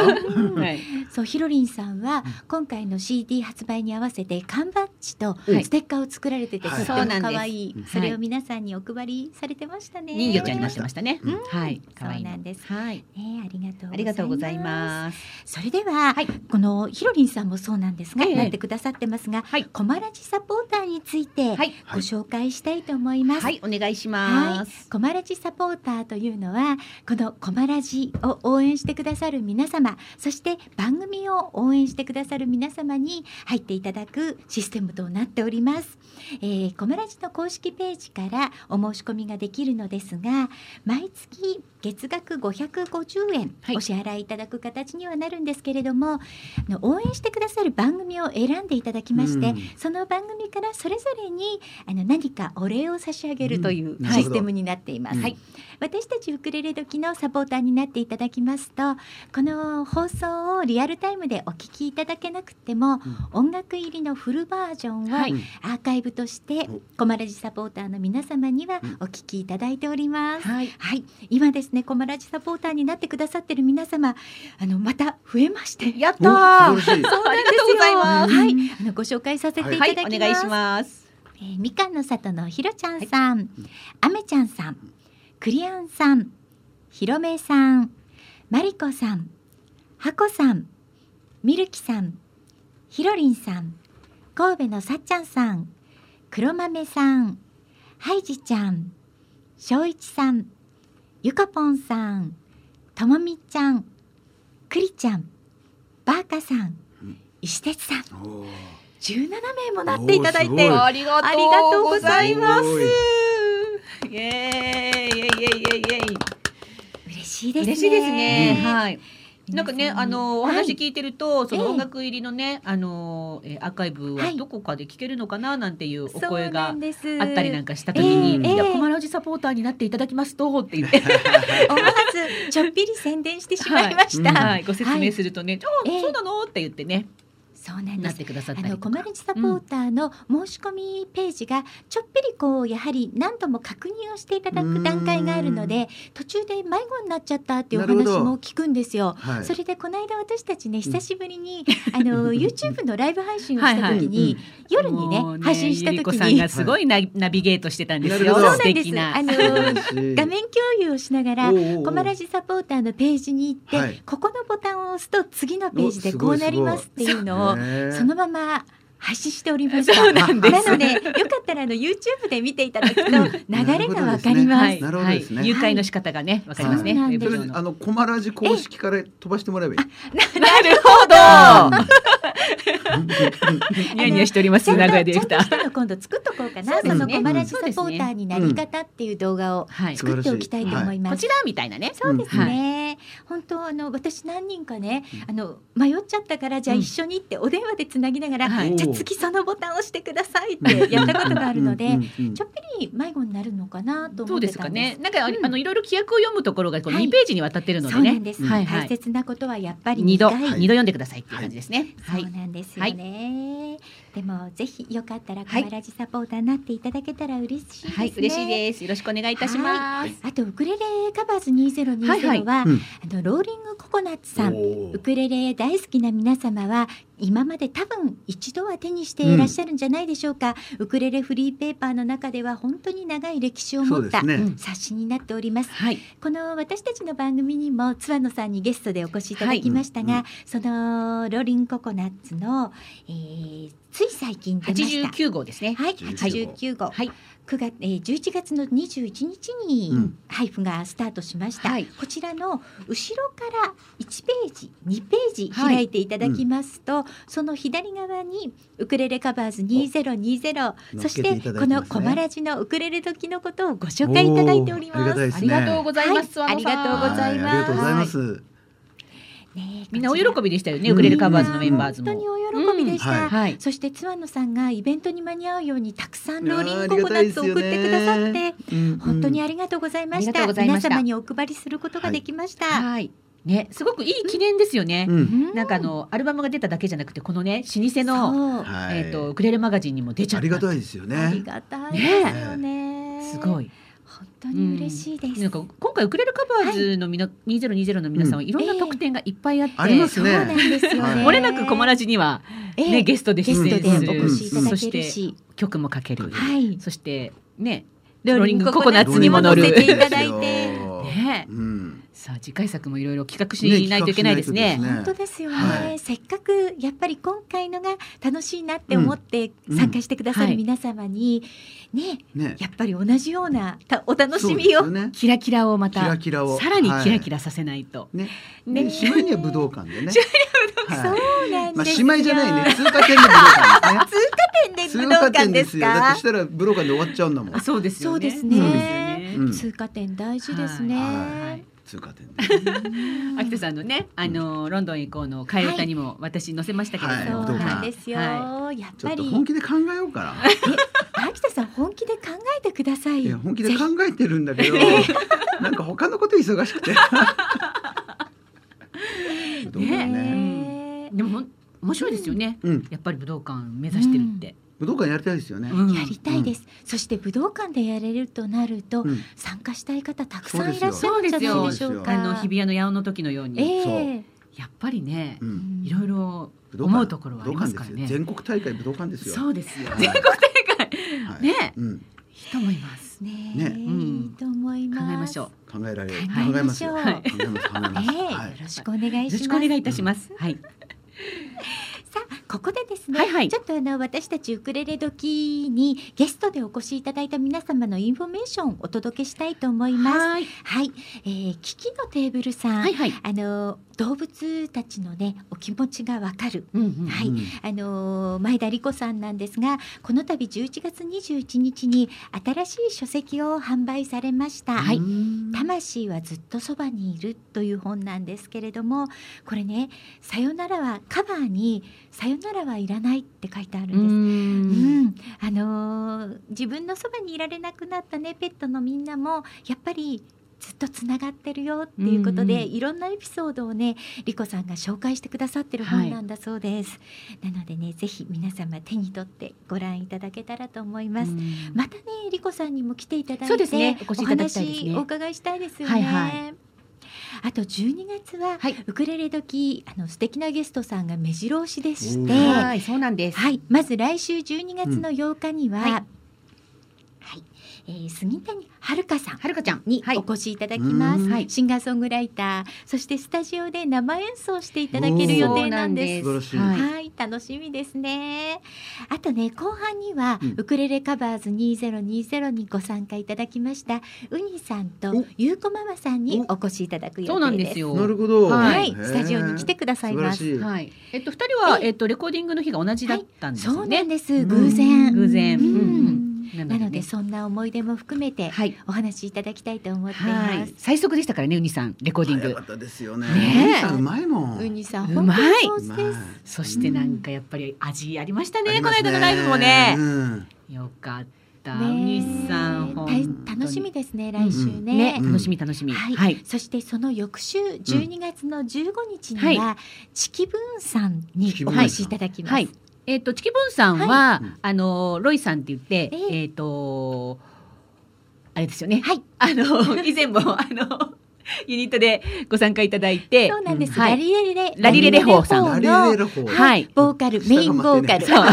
C: はい。
A: そうひろりんさんは
J: うん
A: 今回の CD 発売に合わせて缶バッジと
C: はい
A: ステッカーを作られてて、
J: はい
A: と
J: そう
A: って
C: なん
A: も
C: です
A: 可愛い。
J: うん
A: それを皆さんにお配りされてましたね。
C: 人魚ちゃんになってましたね。
J: うん
C: はい。可
A: そ
C: 愛い
A: うな
C: の
A: んです
C: はい。
A: ねありがとう
C: ありがとうございます。
A: す。それでは、
C: はい
A: このひろりんさんもそうなんですが、
C: ええ
A: なってくださってますが、
C: はい
A: コマラジサポーターについて
C: はい。
A: ご紹介したいと思います。
C: はい、お願いします。
A: コマラジサポーターというのはこのコマラジを応援してくださる皆様そして番組を応援してくださる皆様に入っていただくシステムとなっております、えー、コマラジの公式ページからお申し込みができるのですが毎月月額550円
C: はい
A: お支払いいただく形にはなるんですけれども、あの応援してくださる番組を選んでいただきまして、
J: うん
A: その番組からそれぞれにあの何かお礼を差し上げるという
J: うん
A: システムになっています。
J: なるほど
A: 私たちウクレレ時のサポーターになっていただきますとこの放送をリアルタイムでお聞きいただけなくても、音楽入りのフルバージョンは
C: はい
A: アーカイブとして
J: お
A: コマラジサポーターの皆様には
J: うん
A: お聞きいただいております。
C: はい。
A: はい、今ですね、コマラジサポーターになってくださってる皆様、あのまた増えまして、
C: やっ
J: お素
C: たー。あ
J: 晴らしい。
A: そうなんですよ
C: りがとうございます。
A: はい、あのご紹介させていただ
C: はい
A: き、ます。
C: お願いします。
A: えーみかんの里のひろちゃんさん、あめちゃんさん、クリアンさん、ひろめさん、まりこさん、はこさん、みるきさん、ひろりんさん、神戸のさっちゃんさん、黒豆さん、はいじちゃん、しょういちさん、ゆかぽんさん、ともみちゃん、くりちゃん、ばーかさん
J: うん、
A: 石鉄さん、
J: おお。
A: 17名もなっていただい
J: おーす
A: て
J: ごい、
C: ありが
A: ありがとうございます
J: ごい
C: イエーイイエイイエイイエイイエイ
A: 嬉しいですね。
C: 嬉しいですね。
A: うん
C: はい。なんかね、
A: 皆さ
C: あ
A: んに
C: のお話聞いてると、そ
A: ええ
C: の音楽入りのね、あの、えーアーカイブ
A: は
C: はいどこかで聞けるのかななんていうお声が。あったりなん
A: か。
C: かした時に、
J: ええ
C: いや
A: ええ
C: コマラジサポーターになっていただきますとって言って、
A: 思わずちょっぴり宣伝してしまいました。
J: はい
C: はい、ご説明するとね、あ、
A: ええ
C: そうなのって言ってね、
A: そうなんで
C: なっ
A: す
C: てくださっ
A: あ
C: たり
A: の
C: と
A: コマ
C: か
A: ルチサポーターの申し込みページがちょっぴりこうやはり何度も確認をしていただく段階があるので途中で迷子になっちゃったっていうお
J: なるほ
A: 話
J: ど
A: も聞くんですよ。
J: はい
A: それでこの間私たちね久しぶりに、あの YouTube のライブ配信をした
C: はい
A: 時に、夜に
C: もう
A: ね配信した
C: ゆり
A: 時
C: こさん
A: に
C: がすごいナ,、ナビゲートしてたんです
J: なる
C: よ。
J: ほど
A: そう
C: 素
A: なんで
C: 敵
A: す
C: な。
A: あの画面共有をしながらコマラジサポーターのページに行って、
J: はい
A: ここのボタンを押すと次のページで
J: おす
A: こ
J: ご
A: う
J: いすご
A: ないりますっていうのをそ
J: そ
A: のまま配信しておりました。
C: そうなんです
A: なので、よかったらあの YouTube で見ていただくと流れがわかりま
J: は
A: す。
J: いなるほどですね
C: 誘拐の仕方がね、わかりますね。
A: そうなん
C: ウェ
A: です
C: ブ
J: それ
C: 上
J: に
C: の
J: あのコマラジ公式から飛ばしてもらえばいい。
C: なるほど。
J: う
C: ニヤニヤしております、
A: ちゃんと
C: 名古屋ディ
A: ち
C: レ
A: ゃん
C: ク
A: と
C: タ
A: し
C: ー。
A: たの今度作っとこうかな。
C: そう
A: そ
J: ですね
A: のコマラジサポーターになり方っていう動画を
C: はい。
A: 作っておきたいと思いま
C: こ
A: す。
C: ちらみたいなね。
A: そうです
C: はい
A: ね。本当あの私何人かね、あの迷っちゃったからじゃあ一緒にってお電話でつなぎながら、
C: はい
A: じゃあ次そのボタンを押してください ってやったことがあるので、
J: うんうんうん
A: ちょっぴり迷子になるのかなと
C: ど
A: 思
C: う
A: っ
C: で
A: て
C: す
A: た
C: か
A: んです
C: ね。なんか、
A: うん
C: あのいろいろ規約を読むところがこう
A: はい
C: 2ページにわたってるので
A: そうなん
C: ね。
A: です、
C: はいは
A: 大
C: い
A: 切なことはやっぱり
C: 二度
A: 二回
C: 二度読んでくださいっていう感じですね。は
A: そう
C: い。
A: なんですよね、でもぜひよかったらコマラジサポーターになっていただけたら嬉しいですね、
C: はい、嬉しいです。よろしくお願いいたします。
A: あとウクレレカバーズ2020は、
C: はいはい
J: うん
A: あのローリングココナッツさん
J: おー
A: ウクレレ大好きな皆様は今まで多分一度は手にしていらっしゃるんじゃないでしょうか、ウクレレフリーペーパーの中では本当に長い歴史を
J: そ
A: 持
J: う
A: っ
J: で
A: た
J: すね。
A: 冊子になっております
C: はい。
A: この私たちの番組にも諏訪野さんにゲストでお越しいただきましたが、
J: は
A: そのローリンココナッツの、えーつい最近出ま
C: 八
A: し
C: 十
A: た。
C: 九号ですね。
A: はい、
J: 89
A: 89号、
C: はい
A: 9月、えー、11月の21日に
J: うん
A: 配布がスタートしました、
C: はい
A: こちらの後ろから1ページ2ページ
C: はい
A: 開いていただきますと、その左側にウクレレカバーズ2020
J: お
A: そし
J: 乗
A: て
J: っけていただ
A: こ
J: いてますね
A: のコマラジのウクレレ時のことをご紹介いただいております
J: おーありがたいです
C: ありがとうございます。
A: はいあ
C: 諏訪野さん
A: りがとうございます
J: はありがとうございます。
A: ねえ
C: みんなお喜びでしたよね。
J: う
C: ウ
J: ん
C: クレレカバーズのメンバーズ
A: 本当
C: も
A: に。お喜びでした、
J: うん
C: はい。
A: そして諏訪野さんがイベントに間に合うようにたくさんローリ
J: あーあ
A: ン
J: り
A: コ
J: が
A: コ
J: た
A: ナ
J: いで
A: ッ
J: す
A: ツを
J: よね
A: 送ってくださって本当にあ
J: り
A: りがとうございま
C: あ
A: し
C: りがと
A: た,、
C: うございま
A: 皆
C: した
A: 様にお配りすることができました、
C: はい。ね、すごくいい記念ですよね。
J: うん
C: なんかあのアルバムが出ただけじゃなくてこのね老舗の
A: の
J: はい
C: えっとウクレレマガジンにも出ちゃ
J: あ
C: っ
J: りが
C: た。
J: たいですよ
A: あり
J: ね。
A: がたいですよね
C: すご
A: い
C: い。
A: 本当に嬉しいです、
C: なんか今回ウクレレカバーズのみな2020の皆さんは
J: う
C: いろんな特典がいっぱいあって。
J: あります
A: そうなん
J: ね。
A: ですよね、
J: はい
C: 漏れなくコマラ
A: ジ、
C: ジには
A: ええ
C: ねゲストで出
A: ゲス
C: 演す
A: ト
C: る。
A: でお越しいただ
C: そ
A: け
C: し
A: る
C: て
A: し
C: 曲もかける。
A: はい
C: そしてね
A: ロ
C: ロ
A: ー
C: ー
A: リン
C: リン
A: グ
C: グ
A: ココ
C: ココ
A: ナッ
C: ナッ
A: ツ
C: ツ
A: に
C: に
A: も
C: も
A: 乗
C: 乗
A: せ
C: る。
A: ていただいて
J: ね
C: ね
J: うん。
C: さあ次回作もいろいろ企画しないといけないですね。
A: 本当ですよね、
J: はい
A: せっかくやっぱり今回のが楽しいなって思って
J: うん
A: 参加してくださ
C: うんは
A: る
C: い
A: 皆様に、ね
J: ね。
A: やっぱり同じようなたお楽しみを、
J: そうですよね
C: キラキラをま
J: キ
C: た
J: ラキラを
C: さらにキラキ
J: ラ。
C: ラさせないと。
J: ね。
A: ね
J: ね。しまいには武道館でね。
A: そ
J: はい。
A: うなん
J: ま
A: で
J: あ
A: すよ
J: しまいじゃな いね。通過点で武道館ですね。
A: 通過点で武道館です
J: よ。だっ
A: か
J: てしたら武道館で終わっちゃうんだもん。
C: あそうです
A: そ
C: よ
A: う
C: ね。
A: ですね
C: そうです
J: う
C: よね
J: ん
A: 通過点大事ですね、
J: はい通過点で。
A: うん
C: 秋田さんのね、あのロンドンへ行こうの替え歌にも私載せましたけれど
A: そう
C: も、
J: はい
A: なんですよ、
C: は
A: やっ
J: ちょ
A: ぱ
J: っと
A: り
J: 本気で考えようか
A: 秋田さん本気で考えてくださ
J: な。
A: い
J: いや本気で
A: ぜ
J: 考
A: ひ
J: えてるんだけど、 なんか他のこと忙しくて。武道館ね。
A: ね
C: でもほん面白いですよね。
J: うん。
C: やっぱり武道館目指してるって。
J: 武道館やりたいですよね。
C: うん
A: やりたいです、そして武道館でやれるとなると、
J: うん
A: 参加したい方たくさんいらっしゃるんじゃ
C: そ
A: ないうで
J: です
A: し
J: よ
A: ょうか
C: あの日比谷の八尾の時のように、
A: ええ
C: やっぱりね
J: う、ん。
C: いろいろ
J: 武道館
C: 思うところはありますから
J: 武
C: ね。
J: 道館ですよ全国大会武道館ですよ。
C: そうで すよ。
J: はい
C: 全国大会
J: はい
C: ね、
J: うん、
C: いいと思います。
A: ね
J: ね
C: うん
A: いいと思い
C: 考
A: ます
C: えましょう。
J: 考えられる。
A: 考えましょう
J: 考えますよ。考えます。考えます。
A: ええ
J: は
A: よ
J: い。
A: ろしくお願い
C: よろし
A: し
C: くお
A: ます
C: 願いいたします。はい。
A: さあここでですね、
C: はいはい
A: ちょっとあの私たちウクレレ時にゲストでお越しいただいた皆様のインフォメーションをお届けしたいと思います。はい、
C: はい。
A: えー、キキのテーブルさん、
C: はいはい。
A: あの動物たちのねお気持ちがわかる。
C: うんうん
A: はい
J: うん
A: あの前田理子さんなんですがこの度11月21日に新しい書籍を販売されました。
C: はい
A: 魂はずっとそばにいるという本なんですけれどもこれね「さよならは」カバーに「さよならはいらない」って書いてあるんです。うんあのー自分のそばにいられなくなったねペットのみんなもやっぱりずっとつながってるよっていうことで、いろんなエピソードをねリコさんが紹介してくださってる本なんだそうです、なのでねぜひ皆様手に取ってご覧いただけたらと思います、またねリコさんにも来ていただいて
C: そうですねお
A: お
C: 越しいただきたいですね
A: 話お伺いしたいですよね、
C: はいはい
A: あと12月は、
C: はい
A: ウクレレ時あの素敵なゲストさんが目白押しでして、
J: うん
A: はい
C: はい、そうなんです。
A: はい、まず来週12月の8日には、
C: うん
A: は
C: はいい
A: えー杉谷遥さん
C: はるかちゃん
A: に
C: はい
A: お越しいただきます、
J: うん
C: はい
A: シンガーソングライターそしてスタジオで生演奏していただける予定なんです
J: 素晴らしい
C: は
A: はい、
C: い、
A: 楽しみですね。あとね、後半には、
J: うん
A: ウクレレカバーズ2020にご参加いただきました。ウニさんと
J: お
A: ゆうこママさんにお越しいただく予定です。
C: そうなんです。よ。
J: なるほど。
A: は
J: へ
A: い、
J: ー
A: スタジオに来てくださいます。
J: 素晴らし
C: はい。えっと二人はえっとレコーディングの日が同じだったんです
A: そ
C: よ
A: うな
C: ね。
A: んです。偶然。
C: 偶然
A: うん
C: うん
A: なので、
C: ね
A: そんな思い出も含めて、
C: はい。
A: お話しいただきたいと思ってい
C: は
A: ま
C: い
A: す。。
C: 最速でしたからね、ウニさん、レコーディン
J: 早
C: グ
J: か。ったですよね。
C: ねえ
J: お兄さんうまいもん。
A: ウニさん、本
C: う
A: 当
C: まい
A: に
J: う
A: 上
J: ま
A: 手
J: い
A: です。
C: そしてなんかやっぱり味ありました
J: あ
C: ね、
J: り
C: こ
J: ま
C: の
J: す
C: 間のライブもね。
J: うん
C: よかった。ウニさん、本当に
A: た楽しみですね、来週ね。
C: ね、
J: うん
C: 楽しみ楽しみ。
A: はい、
C: はい。
A: そしてその翌週12月の15日
C: は
A: に
C: い
A: は、チキブンさんに
J: チキ
A: お
J: ブンさん
A: 越しいただきます。
C: はい。えっとチキボンさんは、
J: いうん
C: あのロイさんって言って、
A: ええ
C: えっとあれですよね。
A: はい
C: あの以前もあのユニットでご参加いただいて
A: そう、なんです。
C: はい
A: ラリレレ
C: ラリレレホーさん
J: ラ
A: ラリ
J: リ
A: レレ
J: レ
A: ホーの
J: ロ法。
C: はい。
A: ボーカル、メ
J: 下が
A: インボーカル。
C: そう
A: 下が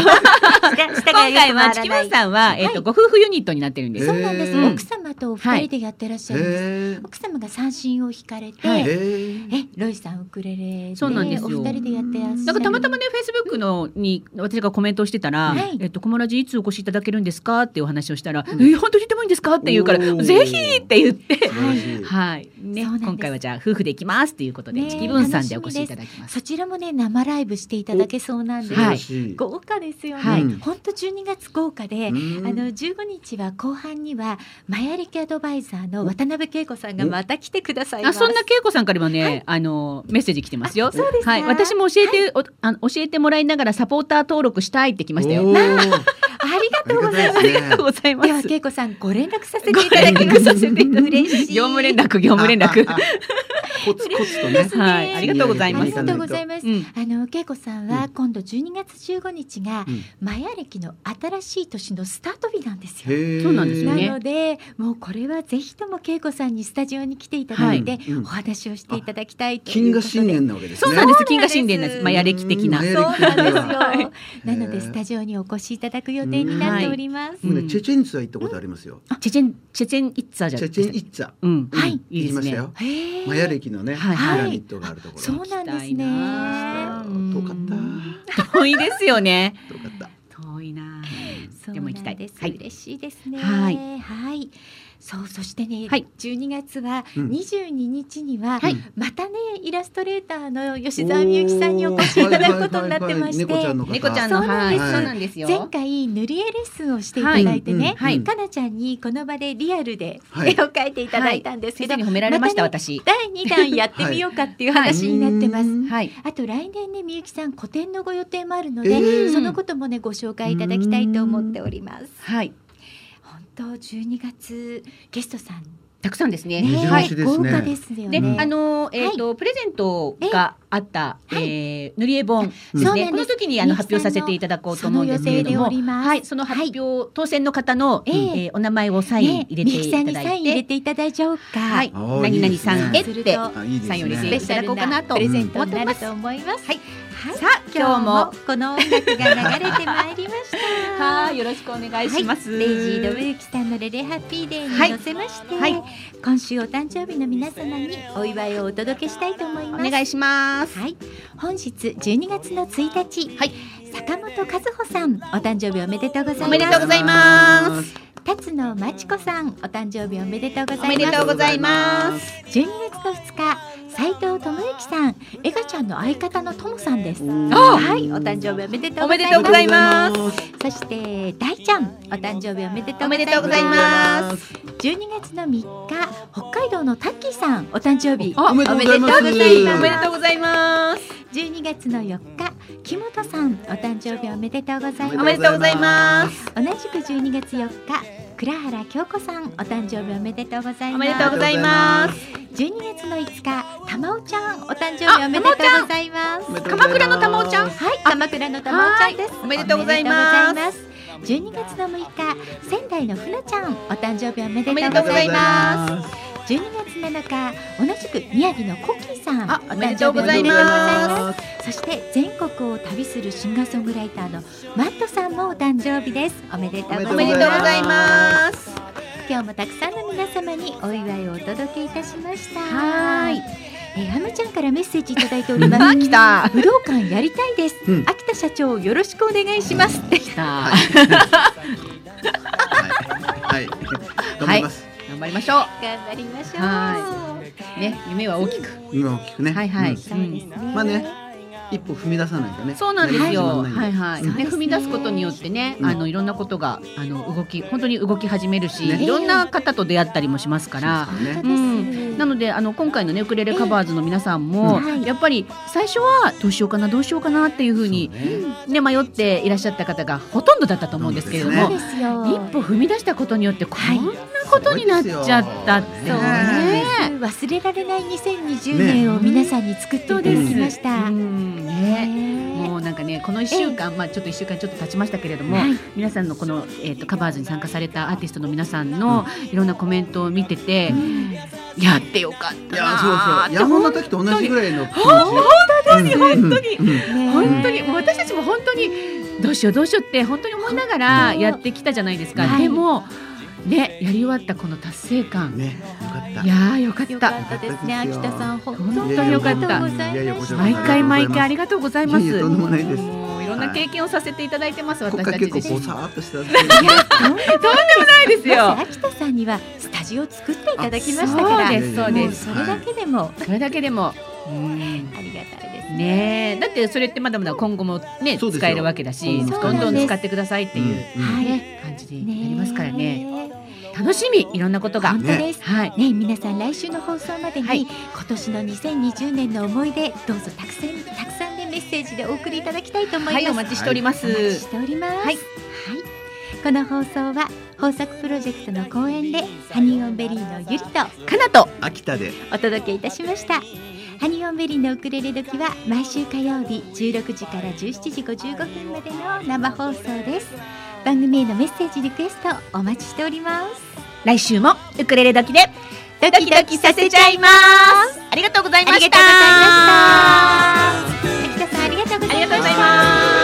C: 今回はチキボン
A: ん。
C: さんは、えっとご夫婦ユニットになってるんです。
A: そうなんです。
J: へー
A: 奥様とお二人でやってらっしゃるんです。
J: へえ。
A: 奥様が三振を弾かれて、
C: は
J: へ
C: い
A: え、
J: え。
A: ロイさんウクレレで、
C: そうなんですよ
A: お二人でやってらっしゃる。
C: なんかたまたまね、フェイスブックのに私がコメントをしてたら、
A: はい
C: えっと、小村寺いつお越しいただけるんですかっていうお話をしたら、
J: ん
C: えー本当に行ってもいいんですかって言うから、
J: おー
C: ぜひって言って
J: 素、晴らしい。
C: はい、ね、
A: そうなんです
C: 今回はじゃあ夫婦で行きますということで、
A: ね
C: チキブンさんでお越しいただきます。
A: そちらもね、生ライブしていただけそうなん
J: 素
A: で
J: 晴
A: す。
J: らしい。
A: 豪華ですよね。
J: はい
A: 本当12月豪華で、
J: うん
A: あの15日は後半にはマヤ歴アドバイザーの渡辺恵子さんがまた来てくださいま
C: あ、
A: す。
C: そんな恵子さんからもね、あのメッセージ来てますよ。
A: そうですか
C: はい、私も教えて、おあの教えてもらいながらサポーター登録したいってきましたよ。
J: おー
A: ありが
J: ありがたい
C: あり
J: で
C: がと
J: す
C: うご
J: ね。
C: ざいま
A: とう。では
C: す。
A: 恵子さんご連絡させていただきます。
C: させていただきます
A: 嬉しい
C: 業務連絡、業務連絡。
J: あああコツコツとね。
C: はい、ありがとうござい
A: あ
C: ま
A: り
C: す。
A: がとうございます。
C: うん
A: あの恵子さんは今度12月15日が
J: うん
A: マヤ歴の新しい年のスタート日なんですよ。
J: へえ
C: そうなんですよ
A: な
C: ね
A: ので、もうこれはぜひとも恵子さんにスタジオに来ていただいて、
J: はいうん
A: お話をしていただきたいとい
J: 金
A: うこ
J: 河
A: とで。
J: 新年なわけですね。
C: そうなんです。
A: そう
C: 金
A: なんで
C: 河
A: す
C: 神殿です。まあ、や歴的な
J: うん。
A: そうなんですよ。
J: はい
A: なのでスタジオにお越しいただく予定になっております。
J: もうね
C: うん
J: チェチェンツァ行ったことありますよ。
C: チェチェン、チェチェンイッツァじゃ
J: チ
C: な
J: ェ
C: い
J: チェンイッツァ。
C: うん。
A: はい
J: うん
C: いい
J: 行
C: です
J: きま
C: ね
J: したよ。
A: へー
J: マヤ歴のね、ピ
C: はい
J: ラミッドがあるところ。
A: そうなんですね。
C: 行
J: 遠かっ
C: 遠いですよね。
J: た。よかった。
C: 遠いな。
A: そう
C: で
A: な
C: も行きた
A: ん
C: い
A: です。
C: はい
A: 嬉しいですね。は。
C: はいい
A: そうそしてね、
C: はい
A: 12月は
J: うん
A: 22日には、
J: はい
A: またねイラストレーターの吉澤美幸さんにお越しいただくことになってまして、
J: おーはいはいはいはい猫ち
C: 猫ちゃ
J: ゃんの方。
C: ん
A: の
C: の、
A: は
C: はいい、
J: そうなん
C: んです
A: 前回塗り絵レッスンをしていただいてね、
J: はいうんうん
A: かなちゃんにこの場でリアルで
J: はい
A: 絵を描いていただいたんですけ
C: 先
A: ど、
C: 生に褒められました、
A: またね
C: 私。
A: 第2弾やってみようかっていう話になってます。
J: うん
C: はい。
A: あと来年ねみゆきさん個展のご予定もあるので、
J: えー
A: そのこともねご紹介いただきたいと思っております。
C: はい。
A: 本当12月ゲストさん
C: たくさんですね。
J: ね
C: は
J: 珍
C: い
J: し。いですね
A: 豪華ですよね。
C: で、
J: うん
C: あのえっ、と、プレゼントがあった、
A: えはい
C: えー塗り絵本です
A: そうなんで
C: ね。
A: す
C: この時にあの発表させていただこうと思うんですけれ
A: そ
C: ど
A: の予
C: も
A: 定でおり、ます
C: はい、その発表、当選の方の、
A: え
C: え
A: え
C: ーお名前をサイン入れて
A: ね
C: いた
A: みゆきさんにサ
C: だ
A: イン
C: い
A: 入れ
C: て、
A: ていただいちゃおうか。
C: はい、
J: あー
C: 何々さんへ
A: いい
C: っ
A: ですね
C: て
J: あいいです
C: サインを入れ
A: ス
C: て
A: ペ
C: い
A: シ
C: た
A: ャ
C: だこ
A: ル
C: うか
A: な
C: なと
A: プレゼント
C: 思っ
A: に
C: て
A: な
C: ま
A: る
C: す。
A: と思います。
C: はい、
A: はい
C: さあ今日も
A: この音楽が流れてまいりました。
C: はい、よろしくお願いします。
A: はい、レイジードブユキさんのレレハッピーデーに
C: はい
A: 乗せまして、
C: はい
A: 今週お誕生日の皆様にお祝いをお届けしたいと思い
C: お
A: ます。
C: 願いします。
A: はい、本日12月の1日、
C: はい
A: 坂本和穂さん、お誕生日おめでとうございます。
C: おめでとうございます。
A: 辰野真知子さん、お誕生日おめでとうございます。
C: おめでとうございます。
A: 12月の2日斉藤智之さんエガちゃんの相方のともさんです
C: あ
A: はいお誕生日おめでとうござ
C: おめ
A: い
C: で
A: ます
C: とうございます。
A: そして大ちゃんお誕生日おめでとう
C: おめでとうございます。
A: 12月の3日北海道のタッキーさんお誕生日
J: あおめでとうございます
A: おめでとうござい
C: お
A: ま
C: め
A: す
C: でとうございます。
A: 12月の4日木本さんお誕生日おめでとうございま
J: お
A: す
C: おめでとうございます。
A: 同じく12月4日倉原京子さんお誕生日おめでとうございま
C: おめ
A: す
C: でとうございます。
A: 12月の5日玉尾ちゃんお誕生日おめでとうございます
J: おめでとうございます。
C: 鎌倉の玉尾ちゃん。
A: はい鎌倉の玉尾ちゃんです
C: おめでとうございます
A: おめでとうございます12月の6日仙台のふなちゃんお誕生日おめでとうござい
C: おめでとうござい
A: ます
C: ます
A: 12月7日同じく宮城のコッキーさん
C: あおめでとうございます
A: お誕生日おめでとうございます
J: す。
A: そして全国を旅するシンガーソングライターのマットさんもお誕生日ですおめでとうございます
C: おめでとうございます。
A: 今日もたくさんの皆様にお祝いをお届けいたしました
C: はーい
A: えー、ハムちゃんからメッセージいただいてお ります
C: 来た。
A: 武道館やりたいです、
J: うん
A: 秋田社長よろしくお願いしますって
C: 来た。
J: はい。はい。頑張ります。
C: 頑張りましょ
A: 頑張りましょう
C: はう。ね、夢は大きく。
J: 今大きくね。
C: はいはい
J: うん
A: そうですね、
J: まあね、一歩踏み出さないとね。
C: そうなんですよ。
J: 何も
C: は
J: 始
C: い
J: まらないんで
C: はい。
A: そうです
C: ね、
A: ね
C: 踏み出すことによってね、
J: うん
C: あのいろんなことがあの動き本当に動き始めるし、
J: ね
C: いろんな方と出会ったりもしますから。
J: そうですよね。
C: うん、なのであの今回のねウクレレカバーズの皆さんも、
A: ええはい
C: やっぱり最初はどうしようかなどうしようかなっていうふうに
J: そう
C: ね
J: ね
C: 迷っていらっしゃった方がほとんどだったと思うんですけれど
A: そ
C: も、
A: うですよ
C: 一歩踏み出したことによってこんなことになっちゃったって
J: そう
C: ね。
A: 忘れられない2020年を皆さんに作っていただきました、
C: うんね
A: ね
C: もうなんかねこの1週間、まあ、ちょっと1週間ちょっと経ちましたけれども、
A: はい
C: 皆さんのこの、えー、とカバーズに参加されたアーティストの皆さんのいろんなコメントを見てて、やってよかった
J: い
C: な
J: やそう
C: ー
J: そ
C: っ
J: う。
C: て
J: 山の時と同じぐらいの気持ち。
C: 本当に
J: うんうん
A: ね
C: 本当にもう私たちも本当にどうしようどうしようって本当に思いながらやってきたじゃないですか、
A: はい
C: でもねやり終わったこの達成
J: う
C: 感、
J: んね、よかった。
C: いやーよかっ
A: よか
C: た
A: ったですね秋田さん本
C: 当によかった
J: いやいやこちらこそ
C: 毎回毎回ありがとうございます
J: いえいえとんでもないです
C: もういろんな経験をさせていただいてます、
J: ここ
C: 私
J: か
C: た
J: ら
C: ち
J: 結
C: 自
J: 構こ
C: 身
J: うさーっとし
C: と
J: た。
C: んでもないですよ
A: まず秋田さんにはスタジオを作っていただきました
C: そ
A: か
C: う
A: ら
C: ですそう
A: も
C: で
A: う
C: す
A: それだけでも
C: それだけでもうん
A: ありがたいですね
C: ねえだってそれってまだまだ今後もね
J: そうですよ
C: 使えるわけだし
J: そう
C: どんど
A: なんで
C: ん
A: す
C: 使ってくださいっていう、ね
J: うん
A: はい
C: 感じ
A: ね
C: になりますからね楽しみいろんなことが、
A: 本当
J: ね
A: です、
C: はい
A: ね皆さん来週の放送までに、
C: はい
A: 今年の2020年の思い出どうぞたくさんたくさんでメッセージでお送りいただきたいと思います、
C: はいお待ちしております、
A: お待ちしております。
C: はい
A: はいこの放送は豊作プロジェクトの公演でハニーオンベリーのゆりと
C: かなと
J: 秋田で。
A: お届けいたしました。ハニーオンベリーのウクレレ時は毎週火曜日16時から17時55分までの生放送です。番組へのメッセージリクエストお待ちしております。
C: 来週もウクレレ時でドキドキさせちゃいますありがとうございました
A: ありがとうございました。秋田さんありがとうございました。
C: ありがとうございます